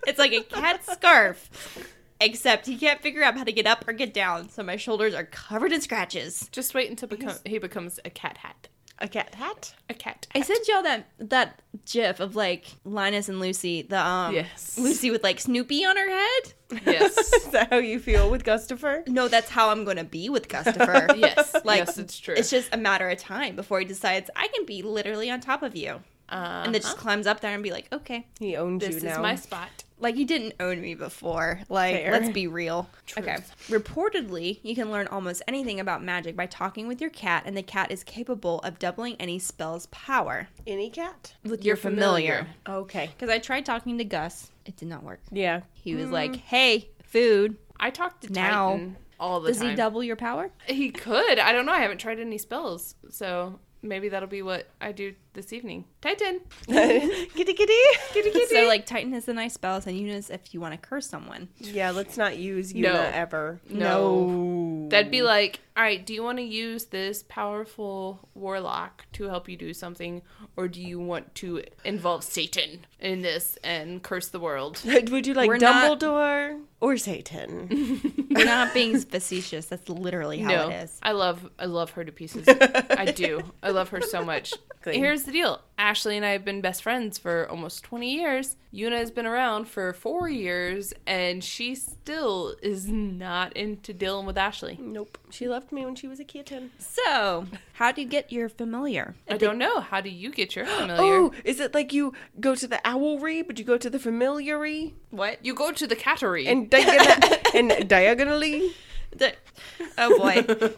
it's like a cat scarf, except he can't figure out how to get up or get down, so my shoulders are covered in scratches. Just wait until become, he becomes a cat hat. A cat hat? A cat. I sent y'all that that gif of like Linus and Lucy, the um Yes. Lucy with like Snoopy on her head. Yes. Is that how you feel with Gustifer? No, that's how I'm gonna be with Gustifer. yes. Like, yes, it's true. It's just a matter of time before he decides I can be literally on top of you. uh, And then just climbs up there and be like, okay. He owns this you is now. my spot. Like you didn't own me before. Like Fair. let's be real. Okay. Reportedly, you can learn almost anything about magic by talking with your cat, and the cat is capable of doubling any spell's power. Any cat? With Your familiar. Okay. Because I tried talking to Gus. It did not work. Yeah. He was like, Mm. "Hey, food. I talk to Now, Titan all the Does time. he double your power?" He could. I don't know. I haven't tried any spells, so maybe that'll be what I do this evening. Titan. kitty kitty. Kitty So like Titan is the nice spells, and Eunice if you want to curse someone. Yeah, let's not use Yuna No. ever. No. That'd be like, all right, do you want to use this powerful warlock to help you do something, or do you want to involve Satan in this and curse the world? Would you like We're not- Mm-hmm. Dumbledore or Satan? We're not being facetious. That's literally how no, it is. I love, I love her to pieces. I do. I love her so much. Clean. Here's the deal: Ashley and I have been best friends for almost 20 years. Yuna has been around for four years, and she still is not into dealing with Ashley. Nope. She left me when she was a kitten. So, how do you get your familiar? I don't know. How do you get your familiar? Oh, is it like you go to the owlry, but you go to the familiary What? You go to the cattery. and diagonally? and diagonally? The- oh boy. you go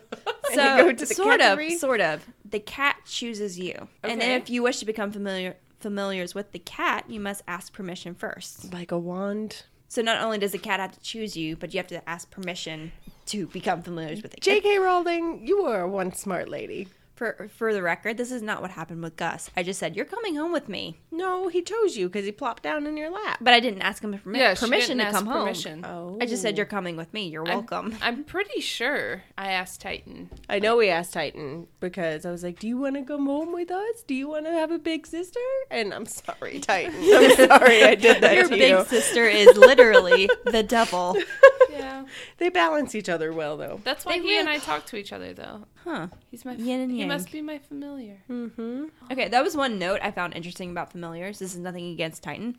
so to the sort cattery? of, sort of. The cat chooses you, and Okay. if you wish to become familiar familiars with the cat, you must ask permission first. Like a wand. So not only does the cat have to choose you, but you have to ask permission to become familiars with the cat. J.K. Rowling, you were one smart lady. For, for the record, this is not what happened with Gus. I just said, You're coming home with me. No, he chose you because he plopped down in your lap. But I didn't ask him permi- Yeah, she permission didn't to ask come permission. home. Oh. I just said, You're coming with me. You're welcome. I'm, I'm pretty sure I asked Titan. I know we asked Titan because I was like, "Do you want to come home with us? Do you want to have a big sister?" And I'm sorry, Titan. I'm sorry I did that Your to big you. sister is literally the devil. Yeah. They balance each other well, though. That's why They he really- and I talk to each other though. Huh. He's my Yin and He yang. must be my familiar. Okay, that was one note I found interesting about familiars. This is nothing against Titan,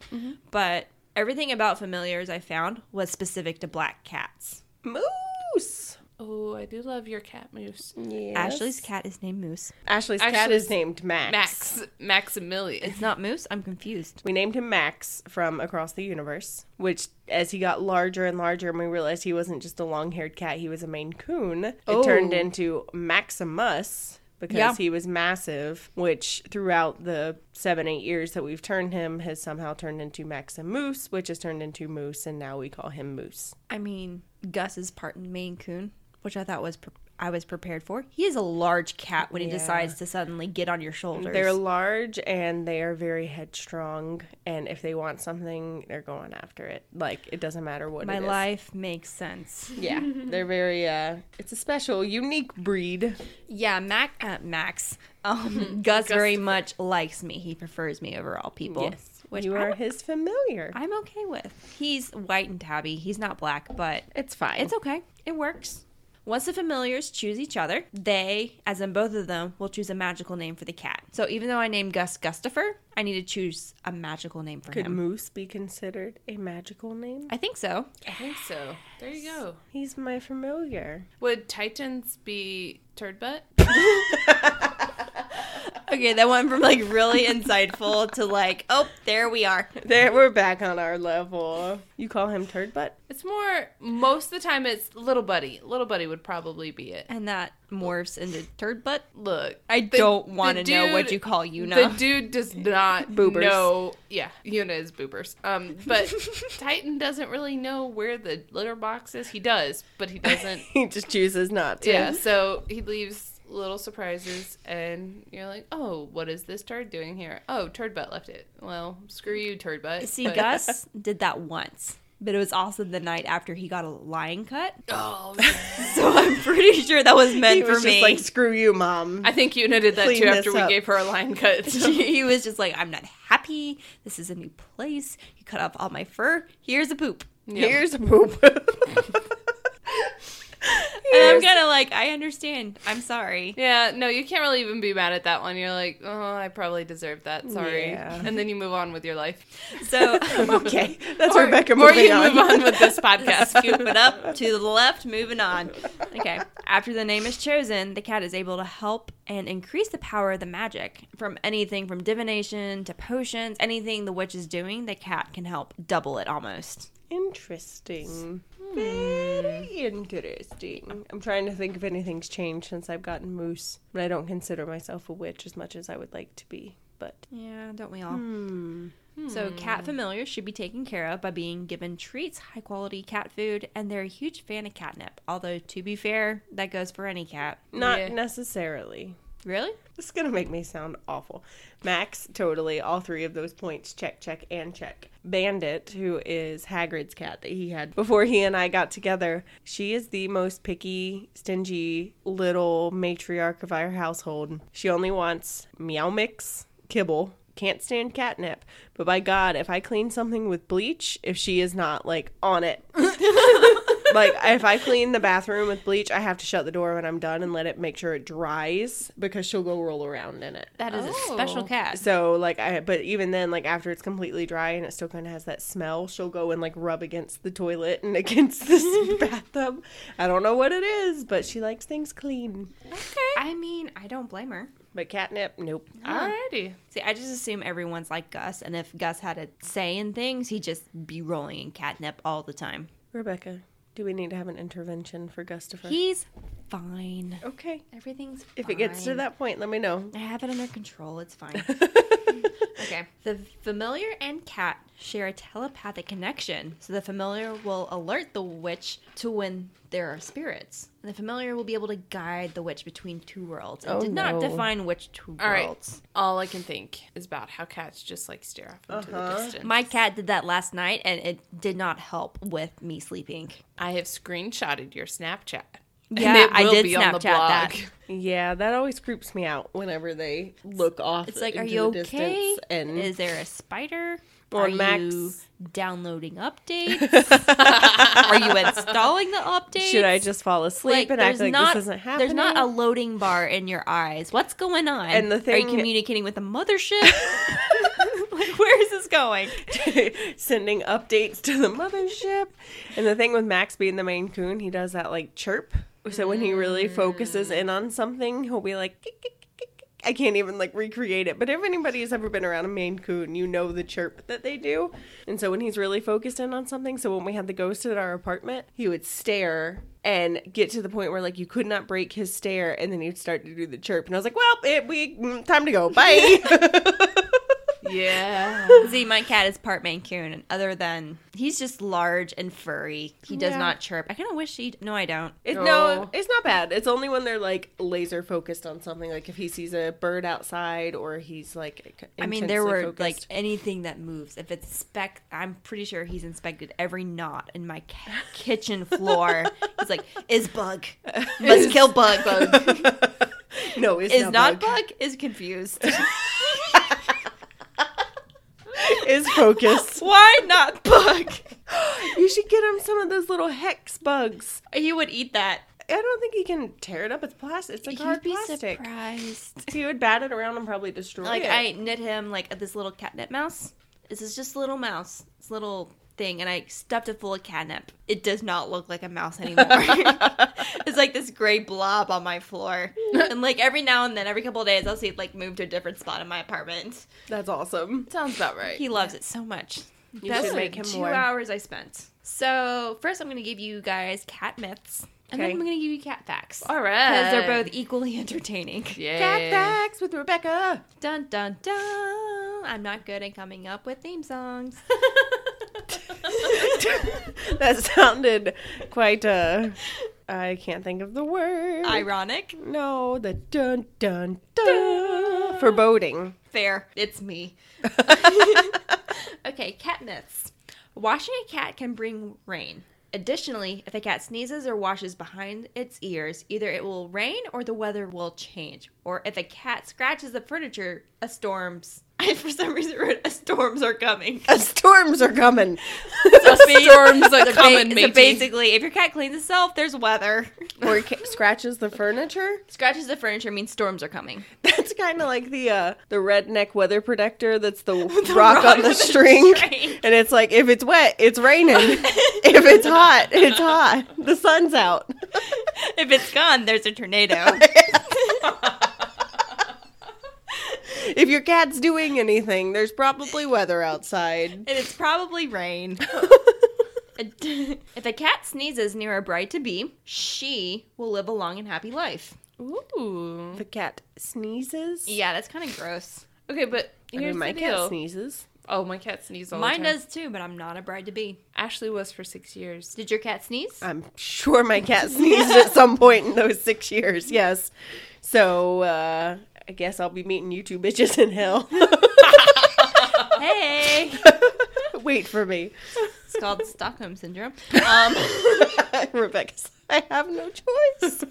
but everything about familiars I found was specific to black cats. Moose. Oh, I do love your cat moose. Yes. Ashley's cat is named Moose. Ashley's cat Ashley's- is named Max. Max Maximilian. It's not Moose. I'm confused. We named him Max from Across the Universe, which, as he got larger and larger, and we realized he wasn't just a long haired cat, he was a Maine Coon, it Oh. turned into Maximus because Yeah. he was massive, which throughout the seven, eight years that we've turned him has somehow turned into Maximus, which has turned into Moose, and now we call him Moose. I mean, Gus is part Maine Coon, which I thought was pre- I was prepared for. He is a large cat when he Yeah. decides to suddenly get on your shoulders. They're large and they are very headstrong, and if they want something, they're going after it. Like, it doesn't matter what My it is. life makes sense. Yeah, they're very. uh It's a special, unique breed. Yeah, Mac, uh, Max, um, Gus very much likes me. He prefers me over all people. Yes. which you I are don't- his familiar. I'm okay with. He's white and tabby. He's not black, but It's fine. it's okay. It works. Once the familiars choose each other, they, as in both of them, will choose a magical name for the cat. So even though I named Gus Gustifer, I need to choose a magical name for Could him. Moose be considered a magical name? I think so. I think so. There you go. He's my familiar. Would Titans be turd butt? Okay, that went from like really insightful to like, oh, there we are. There, we're back on our level. You call him Turd Butt? It's more most of the time it's little buddy. Little buddy would probably be it. And that morphs into turd butt. Look, I the- don't the want to know what dude- you call you The know. dude does not Boobers. know. Yeah, Yuna is boobers. Um, but Titan doesn't really know where the litter box is. He does, but he doesn't. He just chooses not to. yeah, so he leaves little surprises, and you're like, oh, what is this turd doing here? Oh, turd butt left it. Well, screw you, turd butt. See, But- Gus did that once, but it was also the night after he got a lion cut. Oh, So I'm pretty sure that was meant He for was just me. like, screw you, mom. I think Yuna did that Clean too this after we up. gave her a line cut. he was just like, I'm not happy. This is a new place. You cut off all my fur. Here's a poop. Yeah. Here's a poop. And I'm Here's- kind of like, I understand. I'm sorry. Yeah, no, you can't really even be mad at that one. You're like, oh, I probably deserved that. Sorry. Yeah. And then you move on with your life. So okay, that's Or- Rebecca or moving you on. move on with this podcast. scoop it up to the left, moving on. Okay. After the name is chosen, the cat is able to help and increase the power of the magic from anything from divination to potions, anything the witch is doing, the cat can help double it almost. Interesting. Very interesting. I'm trying to think if anything's changed since I've gotten moose, but I don't consider myself a witch as much as I would like to be. But Yeah, don't we all? So, cat familiars should be taken care of by being given treats, high quality cat food, and they're a huge fan of catnip. Although, to be fair, that goes for any cat. not Yeah. necessarily. Really? This is going to make me sound awful. Max, totally. All three of those points check, check, and check. Bandit, who is Hagrid's cat that he had before he and I got together, she is the most picky, stingy little matriarch of our household. She only wants meow mix, kibble. Can't stand catnip, but by God, if I clean something with bleach, if she is not like on it, like if I clean the bathroom with bleach, I have to shut the door when I'm done and let it make sure it dries because she'll go roll around in it. That is a Oh. special cat. So like I but even then like after it's completely dry and it still kind of has that smell, she'll go and like rub against the toilet and against this bathtub. I don't know what it is, but she likes things clean. I mean, I don't blame her. But catnip, nope. Alrighty. See, I just assume everyone's like Gus, and if Gus had a say in things, he'd just be rolling in catnip all the time. Rebecca, do we need to have an intervention for Gustifer? He's fine. Okay. Everything's fine. If it gets to that point, let me know. I have it under control. It's fine. okay. Okay. The familiar and cat share a telepathic connection, so the familiar will alert the witch to when there are spirits. And the familiar will be able to guide the witch between two worlds. It Oh, did not no. define which two All right. worlds. All I can think is about how cats just like stare off into Uh-huh. the distance. My cat did that last night, and it did not help with me sleeping. I have screenshotted your Snapchat. And Yeah, it I will did be on the Snapchat that. blog. Yeah, that always creeps me out whenever they look off. It's like, are into you the okay? distance And Is there a spider? Or are Max- you downloading updates? are you installing the updates? should I just fall asleep and act there's like not- this isn't happening? There's not a loading bar in your eyes. What's going on? And the are thing- you communicating with the mothership? like, where is this going? sending updates to the mothership. And the thing with Max being the main coon, he does that like chirp. So when he really focuses in on something, he'll be like, "Kick, kick, kick, kick." I can't even like recreate it. But if anybody has ever been around a Maine Coon, you know the chirp that they do. And so when he's really focused in on something, so when we had the ghost at our apartment, he would stare and get to the point where like you could not break his stare, and then he'd start to do the chirp. And I was like, well, it, we mm, time to go. Bye. Yeah. See, my cat is part Maine Coon, and other than he's just large and furry, he does Yeah. not chirp. I kind of wish he. No, I don't. It, no. No. it's not bad. It's only when they're like laser focused on something. Like if he sees a bird outside, or he's like. I mean, there intensely were focused. like anything that moves. If it's spec, I'm pretty sure he's inspected every knot in my ca- kitchen floor. he's like, "Is bug? Must kill bug. no, it's Is not, not bug. bug? Is confused." Is focused. Why not bug? you should get him some of those little hex bugs. he would eat that. I don't think he can tear it up. It's plastic. It's like hard plastic. surprised. He would bat it around and probably destroy Like it. I knit him like this little catnip mouse. This is just a little mouse. It's a little thing, and I stuffed it full of catnip. It does not look like a mouse anymore. it's like this gray blob on my floor. And like every now and then, every couple of days, I'll see it like move to a different spot in my apartment. That's awesome. Sounds about right. He loves it so much. You That's should the make him two more. hours I spent. So first, I'm going to give you guys cat myths, and then Okay. I'm going to give you cat facts. All right. because they're both equally entertaining. Yeah. Eh. Cat facts with Rebecca. Dun dun dun! I'm not good at coming up with theme songs. that sounded quite. uh I can't think of the word. Ironic, No, the dun dun dun. Foreboding. fair. It's me. okay, cat myths. Washing a cat can bring rain. Additionally, if a cat sneezes or washes behind its ears, either it will rain or the weather will change. Or if a cat scratches the furniture, a storms. I for some reason wrote a storms are coming. Storms are coming. storms are So ba- coming, so matey. basically, if your cat cleans itself, there's weather. or ca- scratches the furniture. Scratches the furniture means storms are coming. That's kind of like the uh, the redneck weather predictor. That's the, rock, on the string. string. And it's like if it's wet, it's raining. if it's hot, it's hot. The sun's out. If it's gone, there's a tornado. if your cat's doing anything, there's probably weather outside. And it's probably rain. if a cat sneezes near a bride to be, she will live a long and happy life. Ooh. If a cat sneezes. Yeah, that's kind of gross. Okay, but I here's mean, my the cat deal. sneezes. Oh, my cat sneezes all Mine the time. does too, but I'm not a bride to be. Uh, Ashley was for six years. Did your cat sneeze? I'm sure my cat sneezed at some point in those six years. Yes. So uh, I guess I'll be meeting you two bitches in hell. hey, Wait for me, it's called Stockholm syndrome. Um, Rebecca. said, I have no choice.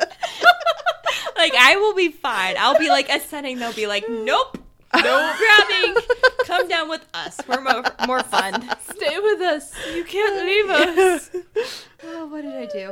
like I will be fine. I'll be like ascending. They'll be like, nope, no grabbing. Come down with us. We're more, more fun. Stay with us. You can't leave us. Oh, what did I do?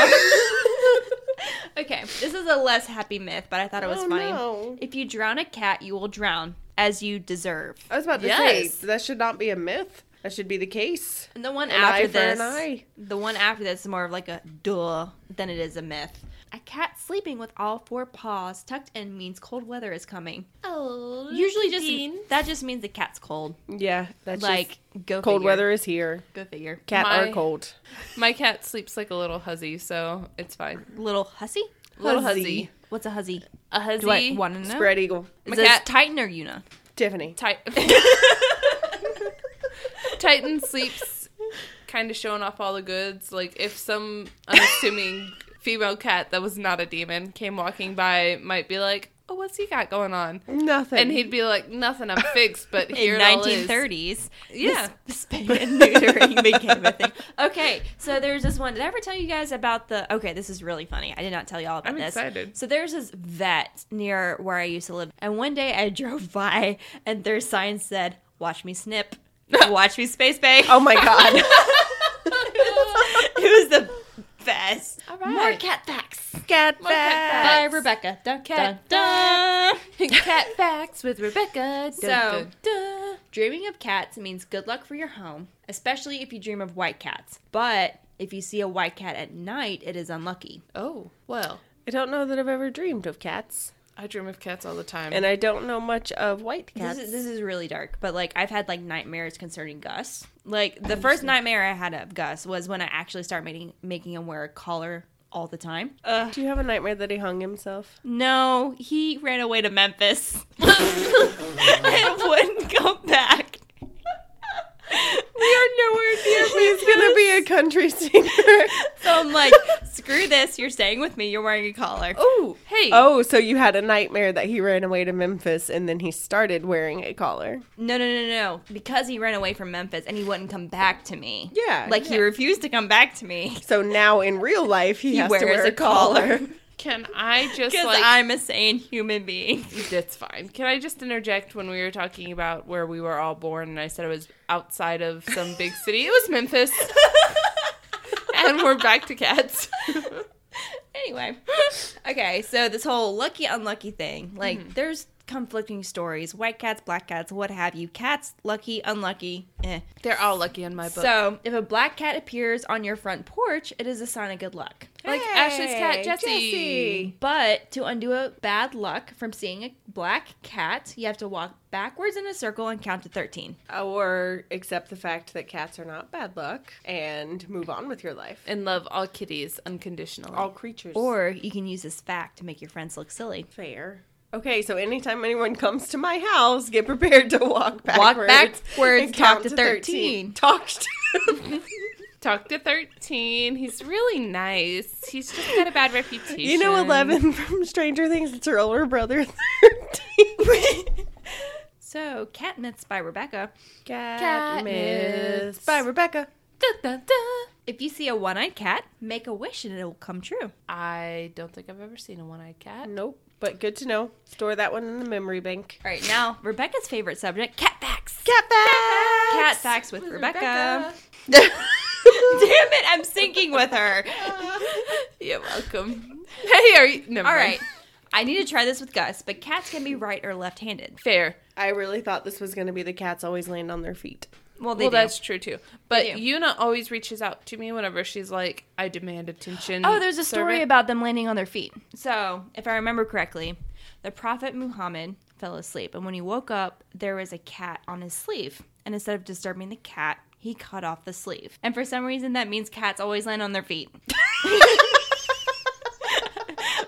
Um, Okay, this is a less happy myth, but I thought it was Oh, funny. no. If you drown a cat, you will drown as you deserve. I was about to Yes. say that should not be a myth. That should be the case. And the one An after eye for an this, eye. the one after this is more of like a duh than it is a myth. A cat sleeping with all four paws tucked in means cold weather is coming. Oh. Usually, just that just means the cat's cold. Yeah, that's like like go cold figure. weather is here. Go figure. Cat My- are cold. My cat sleeps like a little hussy, so it's fine. Little hussy. Little Huzzy. huzzy. What's a huzzy? A huzzy. Do I want to know? Spread eagle. Is My this cat- Titan or Una? Tiffany. Tit- Titan sleeps kind of showing off all the goods. Like if some unassuming female cat that was not a demon came walking by, might be like, "Oh, what's he got going on?" Nothing. And he'd be like, "Nothing, I'm fixed." But here in it all is." 1930s. Yeah. this spaying and neutering became a thing. Okay, so there's this one. Did I ever tell you guys about the? Okay, this is really funny. I did not tell you all about I'm this. excited. So there's this vet near where I used to live, and one day I drove by, and their sign said, "Watch me snip, watch me space bay." oh my god. it was the best. All right. More cat facts. Cat cat Bye, Facts. Rebecca. Dun, Cat dun, dun. Cat facts with Rebecca. So- so Dreaming of cats means good luck for your home, especially if you dream of white cats. But if you see a white cat at night, it is unlucky. oh well, I don't know that I've ever dreamed of cats, I dream of cats all the time. and I don't know much of white cats. This is, this is really dark, but like I've had like nightmares concerning Gus. Like the first nightmare I had of Gus was when I actually started making making him wear a collar all the time. Ugh. Do you have a nightmare that he hung himself? No, he ran away to Memphis and wouldn't come back. we are nowhere near He's gonna be a country singer. So I'm like, screw this. You're staying with me. You're wearing a collar. oh hey oh, so you had a nightmare that he ran away to Memphis and then he started wearing a collar. No, no, no, no. Because he ran away from Memphis and he wouldn't come back to me. Yeah, Like he yeah. refused to come back to me. So now in real life he, He has wears to wear a a collar. collar. can I just Because like I'm a sane human being. That's fine. Can I just interject when we were talking about where we were all born and I said it was outside of some big city? It was Memphis. and we're back to cats. anyway. Okay, so this whole lucky unlucky thing, like there's conflicting stories. White cats, black cats, what have you. Cats, lucky, unlucky, eh. They're all lucky in my book. So if a black cat appears on your front porch, it is a sign of good luck. like Hey, Ashley's cat, Jesse. Jessie. But to undo a bad luck from seeing a black cat, you have to walk backwards in a circle and count to 13. Or accept the fact that cats are not bad luck and move on with your life. And love all kitties unconditionally. All creatures. Or you can use this fact to make your friends look silly. fair. Okay, so anytime anyone comes to my house, get prepared to walk backwards. backwards, and talk count to 13. Talk to. Talk to 13. He's really nice. He's just got a bad reputation. you know, 11 from Stranger Things, it's her older brother, 13. So, Cat Myths by Rebecca. Cat myths. By Rebecca. Dun, dun, dun. If you see a one eyed cat, make a wish and it will come true. I don't think I've ever seen a one eyed cat. Nope, but good to know. Store that one in the memory bank. All right, now Rebecca's favorite subject cat facts. Cat facts. Cat facts with Rebecca. Rebecca. Damn it, I'm syncing with her. You're welcome. hey, are you? Never All mind. right. I need to try this with Gus, but cats can be right or left handed. Fair. I really thought this was going to be the cats always land on their feet. Well, they Well, do. that's true too. But do. Yuna always reaches out to me whenever she's like, "I demand attention." Oh, there's a story servant." about them landing on their feet. So, if I remember correctly, the Prophet Muhammad fell asleep, and when he woke up, there was a cat on his sleeve. And instead of disturbing the cat, he cut off the sleeve. And for some reason, that means cats always land on their feet.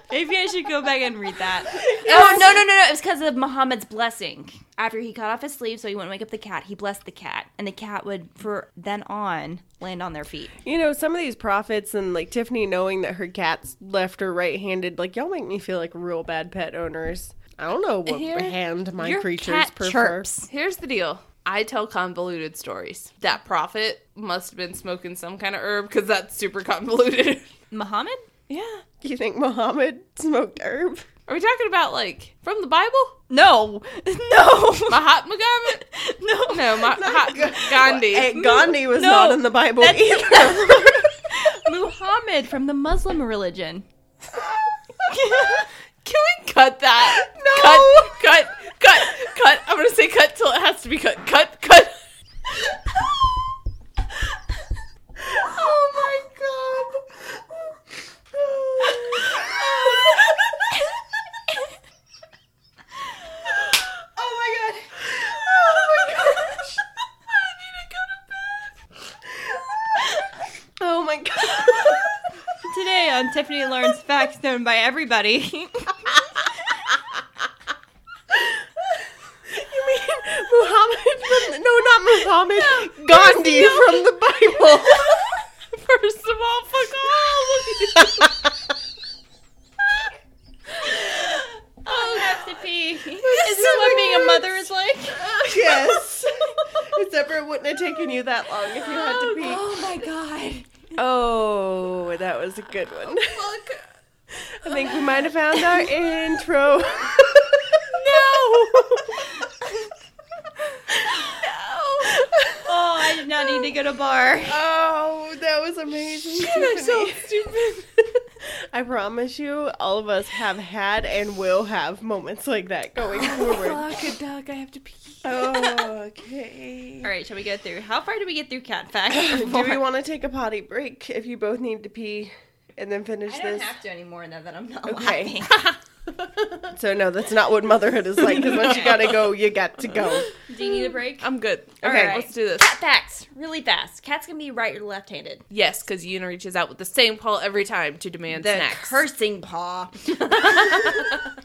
Maybe I should go back and read that. Oh, no, no, no, no. It was because of Muhammad's blessing. After he cut off his sleeve so he wouldn't wake up the cat, he blessed the cat. And the cat would, for then on, land on their feet. You know, some of these profits and like Tiffany knowing that her cat's left or right handed, like y'all make me feel like real bad pet owners. I don't know what Here- hand my Your creatures cat prefer. chirps. Here's the deal. I tell convoluted stories. That prophet must have been smoking some kind of herb because that's super convoluted. Muhammad? yeah. Do you think Muhammad smoked herb? Are we talking about like from the Bible? No, no, Mahatma Gandhi? no, No, Mahatma Gandhi. Hey, Gandhi was No, not in the Bible that's- either. Muhammad from the Muslim religion. Can we cut that? No. Cut. Cut. Cut. cut. I'm gonna say cut till it has to be cut. Cut. Cut. oh my god. Oh my god. Oh my gosh. I need to go to bed. Oh my god. Today on on Tiffany Learns Facts known by everybody. You mean Muhammad from no, not Muhammad. Gandhi from the Bible. First of all, fuck all. I have to pee. Is this what being a mother is like? yes. Except for it wouldn't have taken you that long if you had to pee. Oh my god. Oh, that was a good one. Oh, I think we might have found our intro. no. Oh, I did not need to go to bar. Oh, that was amazing. I'm so stupid. I promise you, all of us have had and will have moments like that going Oh, forward. Fuck a duck. I have to pee. oh, okay. All right, shall we go through? How far do we get through cat facts? Do we want to take a potty break if you both need to pee and then finish I don't this? have to anymore now that I'm not Okay. laughing. So, no, that's not what motherhood is like because once you gotta go, you got to go. Do you need a break? I'm good. All Okay, right. let's do this. Cat facts, really fast. Cats can be right or left-handed. Yes, because Yuna reaches out with the same paw every time to demand The snacks. cursing paw.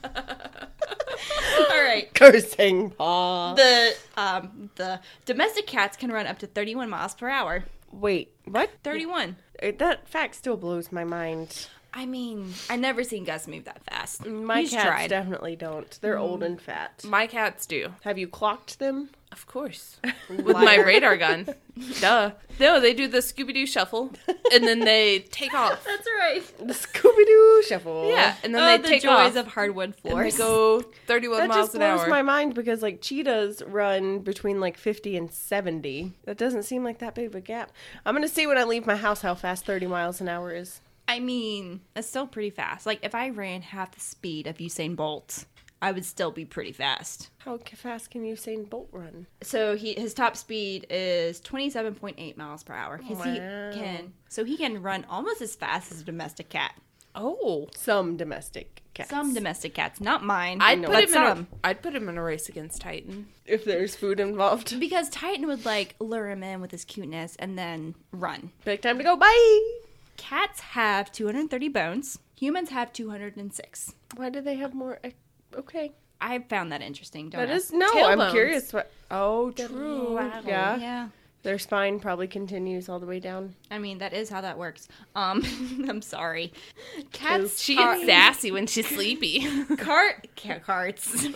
All right. Cursing paw. The um the domestic cats can run up to 31 miles per hour. Wait, what? 31. Uh, That fact still blows my mind. I mean, I never seen Gus move that fast. My He's cats tried. definitely don't. They're old and fat. My cats do. Have you clocked them? Of course. With my Liar. radar gun. Duh. No, they do the Scooby Doo shuffle and then they take off. That's right. The Scooby Doo shuffle. Yeah, and then oh, they the take joys off. of hardwood and they floors. go 31 That miles just an blows hour. my mind because like cheetahs run between like 50 and 70. That doesn't seem like that big of a gap. I'm going to see when I leave my house how fast 30 miles an hour is. I mean, it's still pretty fast. Like if I ran half the speed of Usain Bolt, I would still be pretty fast. How ca- fast can Usain Bolt run? So he his top speed is 27.8 miles per hour. 'Cause he Wow. can so he can run almost as fast as a domestic cat. oh. Some domestic cats. Some domestic cats, not mine. I'd put, but him in a, some. I'd put him in a race against Titan. if there's food involved. because Titan would like lure him in with his cuteness and then run. Big time to go. Bye. Cats have 230 bones. Humans have 206. Why do they have more? ec- Okay. I found that interesting. Don't That ask. is no. Tail I'm bones. curious. What? Oh, true. rattle. Yeah. yeah. Their spine probably continues all the way down. I mean, that is how that works. Um, I'm sorry. Cats, She are- gets sassy when she's sleepy. cart, ca- carts.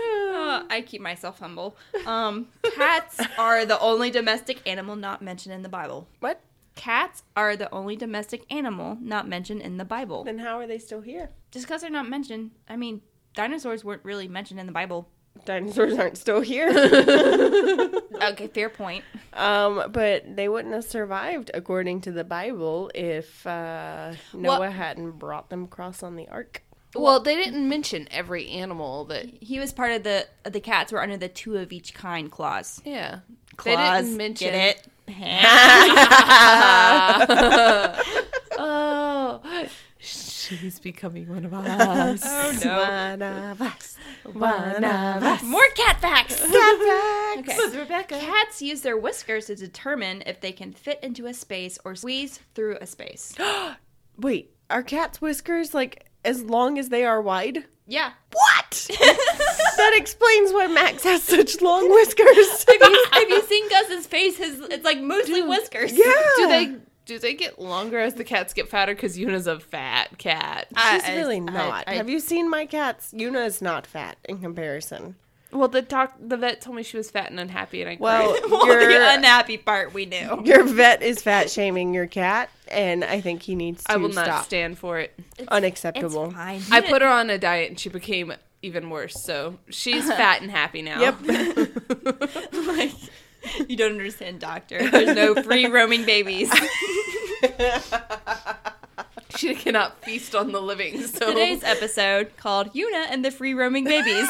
Ah. Uh, I keep myself humble. Um, cats are the only domestic animal not mentioned in the Bible. What? Cats are the only domestic animal not mentioned in the Bible. Then how are they still here? Just because they're not mentioned, I mean, dinosaurs weren't really mentioned in the Bible. Dinosaurs aren't still here. Okay, fair point. um, but they wouldn't have survived, according to the Bible, if uh, Noah hadn't brought them across on the ark. well, they didn't mention every animal that. He was part of the the cats were under the two of each kind clause. Yeah. Claws, They didn't mention get it. Oh, she's becoming one of us. oh One of us. One of us. More cat facts. Okay. Okay. Cats use their whiskers to determine if they can fit into a space or squeeze through a space. Wait, are cats' whiskers like as long as they are wide? Yeah. What? that explains why Max has such long whiskers. Have you, have you seen Gus's face? His it's like mostly whiskers. yeah. do they do they get longer as the cats get fatter? Because Yuna's a fat cat. She's I- really I- not. I- Have you seen my cats? Yuna is not fat in comparison. well, the doc, the vet told me she was fat and unhappy, and I Well, Well, your, the unhappy part we knew. your vet is fat shaming your cat, and I think he needs to I will not stop. stand for it. Unacceptable. I put her on a diet, and she became even worse. So she's fat and happy now. Yep. like, you don't understand, doctor. There's no free roaming babies. she cannot feast on the living. So Today's episode called Yuna and the Free Roaming Babies.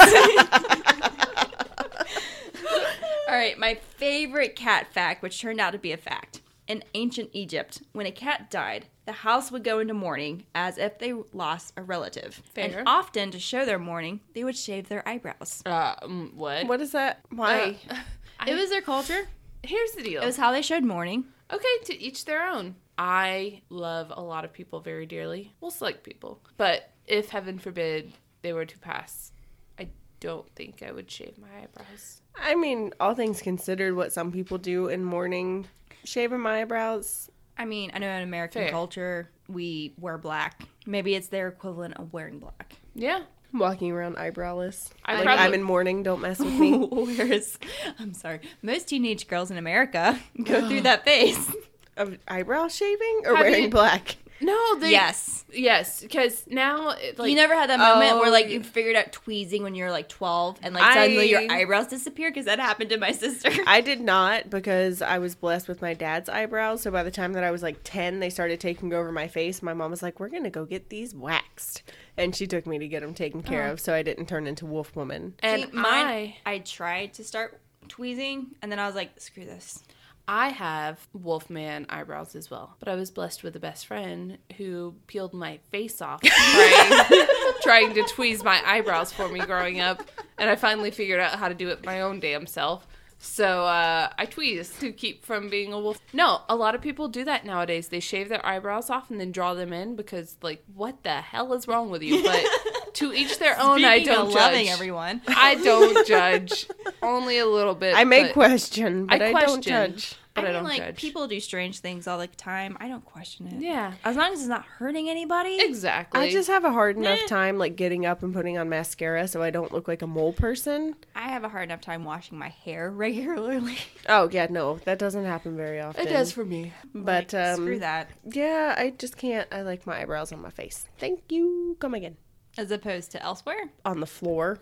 All right, my favorite cat fact, which turned out to be a fact. In ancient Egypt, when a cat died, the house would go into mourning as if they lost a relative. Fair. And often, to show their mourning, they would shave their eyebrows. uh, mm, what? what is that? Why? Uh, it was their culture, Here's the deal. it was how they showed mourning. Okay, to each their own. I love a lot of people very dearly. We'll select people. But if heaven forbid they were to pass, I don't think I would shave my eyebrows. I mean, all things considered, what some people do in mourning, shaving my eyebrows. I mean, I know in American Fair. culture, we wear black. Maybe it's their equivalent of wearing black. Yeah. I'm walking around eyebrowless. I like, probably- I'm in mourning. Don't mess with me. Whereas, I'm sorry, most teenage girls in America go through that phase. of eyebrow shaving or Have wearing you- black. No, they yes. Yes, because now it, like you never had that moment where oh, like you figured out tweezing when you're like 12 and like suddenly your I- eyebrows disappear because that happened to my sister. I did not because I was blessed with my dad's eyebrows. So by the time that I was like 10, they started taking over my face. My mom was like, We're going to go get these waxed. And she took me to get them taken care of so I didn't turn into Wolf Woman. and See, mine. mine, I tried to start tweezing and then I was like, screw this. I have Wolfman eyebrows as well, but I was blessed with a best friend who peeled my face off trying, trying to tweeze my eyebrows for me growing up, and I finally figured out how to do it my own damn self. So uh, I tweeze to keep from being a wolf. No, a lot of people do that nowadays. They shave their eyebrows off and then draw them in because, like, what the hell is wrong with you? But to each their own. I Speaking don't of judge. loving everyone. I don't judge. Only a little bit. I may but- question, but I, don't judge. But I, mean, don't like judge. people do strange things all the time. I don't question it. Yeah. as long as it's not hurting anybody. Exactly. I just have a hard enough Nah. time like getting up and putting on mascara so I don't look like a mole person. I have a hard enough time washing my hair regularly. Oh yeah, no, that doesn't happen very often. for me. but Like, um, screw that. Yeah, I just can't. I like my eyebrows on my face. Thank you. Come again. As opposed to elsewhere. On the floor.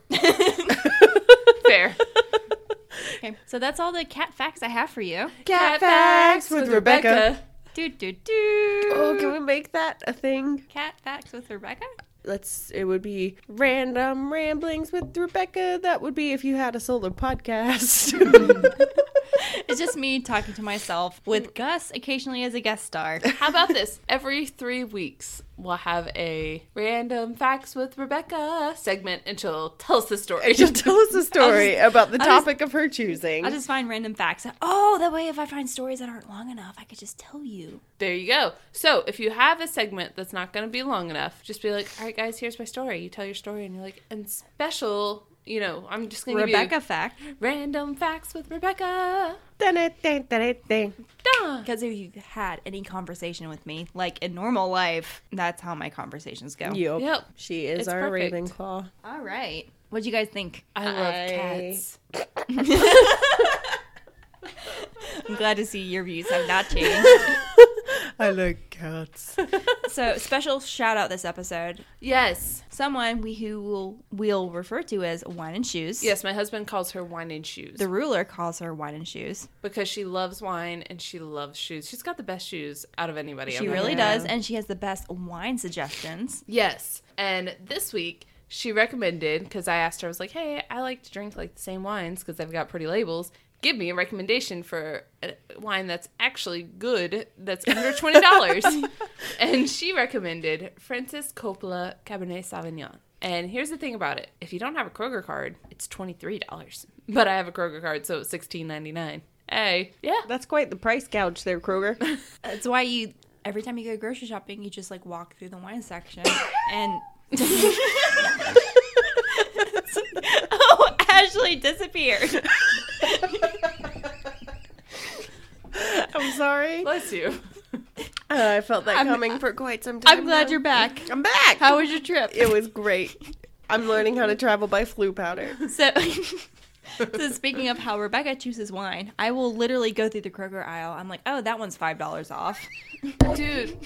Fair. Okay, so that's all the cat facts I have for you. Cat facts with Rebecca. Do do do. Oh, can we make that a thing? Cat facts with Rebecca. Let's. It would be random ramblings with Rebecca. That would be if you had a solo podcast. It's just me talking to myself with Gus occasionally as a guest star. How about this? Every three weeks, we'll have a random facts with Rebecca segment, and she'll tell us the story. She'll tell us a story about the I'll just- topic of her choosing. I'll just find random facts. Oh, that way if I find stories that aren't long enough, I could just tell you. There you go. So if you have a segment that's not going to be long enough, just be like, "All right, guys, here's my story." You tell your story, and you're like, "And special." You know, I'm just gonna Rebecca give fact. you random facts with Rebecca. Dun-dun-dun-dun-dun. Duh. Because if you've had any conversation with me, like in normal life, that's how my conversations go. Yep. Yep. She is It's our perfect. Ravenclaw. All right. What'd you guys think? I love I- cats. I'm glad to see your views have not changed. I like cats. so, special shout out this episode. Yes. Someone we who will will refer to as Wine and Shoes. Yes, my husband calls her wine and shoes The ruler calls her Wine and Shoes. because she loves wine and she loves shoes. She's got the best shoes out of anybody. She I've really ever- does, and she has the best wine suggestions. Yes. And this week she recommended because I asked her, I was like, "Hey, I like to drink like the same wines because I've got pretty labels. Give me a recommendation for a wine that's actually good that's under twenty dollars." and she recommended Francis Coppola Cabernet Sauvignon. And here's the thing about it: if you don't have a Kroger card, it's twenty three dollars. But I have a Kroger card, so it's sixteen ninety nine. Hey, yeah, That's quite the price gouge there, Kroger. That's why you every time you go grocery shopping, you just like walk through the wine section and Oh, Ashley disappeared. I'm sorry. Uh, bless you. I felt that coming for quite some time. I'm glad now. you're back. I'm back. How was your trip? it was great. I'm learning how to travel by flu powder. So, so speaking of how Rebecca chooses wine, I will literally go through the Kroger aisle. I'm like, oh, that one's five dollars off. Dude.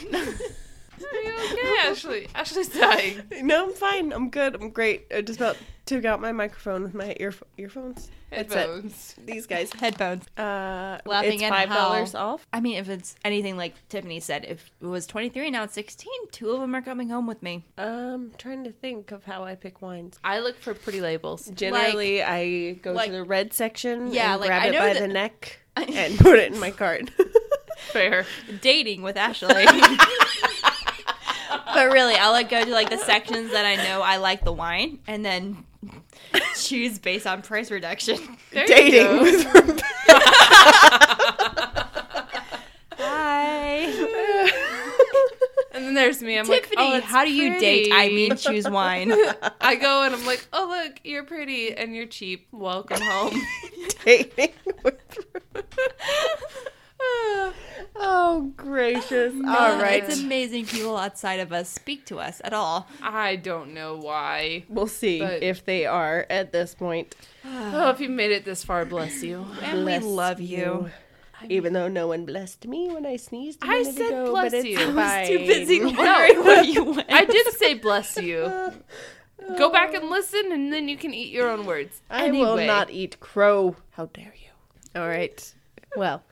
Are you okay, Ashley? Ashley's dying. No, I'm fine. I'm good. I'm great. I just about took out my microphone with my earf- earphones. That's it. Headphones. These guys. Headphones. Uh, Laughing it's at five dollars how- off. I mean, if it's anything like Tiffany said, if it was 23 now it's 16, two of them are coming home with me. Um, trying to think of how I pick wines. I look for pretty labels. Generally, I go like- to the red section. Yeah, and like, grab I it know by that- the neck and put it in my cart. Fair. Dating with Ashley. but really, I'll like go to like the sections that I know I like the wine and then choose based on price reduction. There you Dating go. with Rebecca. there's me. I'm Tiffany, like, oh, it's how do you date? I pretty." mean, choose wine. I go and I'm like, oh look, you're pretty and you're cheap. Welcome home. dating with- oh gracious all Uh, right It's amazing people outside of us speak to us at all. I don't know why. we'll see But- if they are at this point Oh, if you made it this far, bless you. And Bless we love you. even though no one blessed me when i sneezed a I minute said ago, bless but it's you. I I was too fine. busy wondering where you went. I did say bless you. Go back and listen, and then you can eat your own words. Oh, i will Anyway. not eat crow how dare you all right well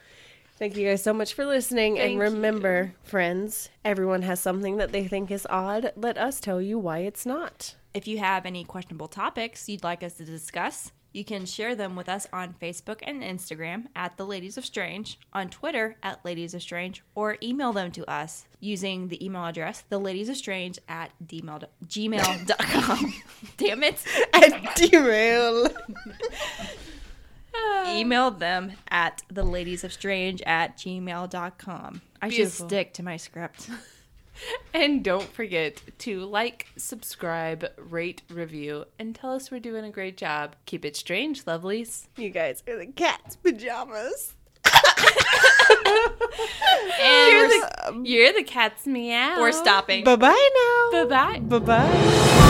Thank you guys so much for listening. Thank and remember, friends, everyone has something that they think is odd. Let us tell you why it's not. If you have any questionable topics you'd like us to discuss, you can share them with us on Facebook and Instagram at The Ladies of Strange, on Twitter at Ladies of Strange, or email them to us using the email address theladiesofstrange at dmail- gmail.com. Damn it. At derail. Email them at theladiesofstrange at gmail.com. I Beautiful. should stick to my script. And don't forget to like, subscribe, rate, review, and tell us we're doing a great job. Keep it strange, lovelies. You guys are the cat's pajamas. And you're the, you're the cat's meow. We're stopping. Bye bye now. Bye bye. Bye bye.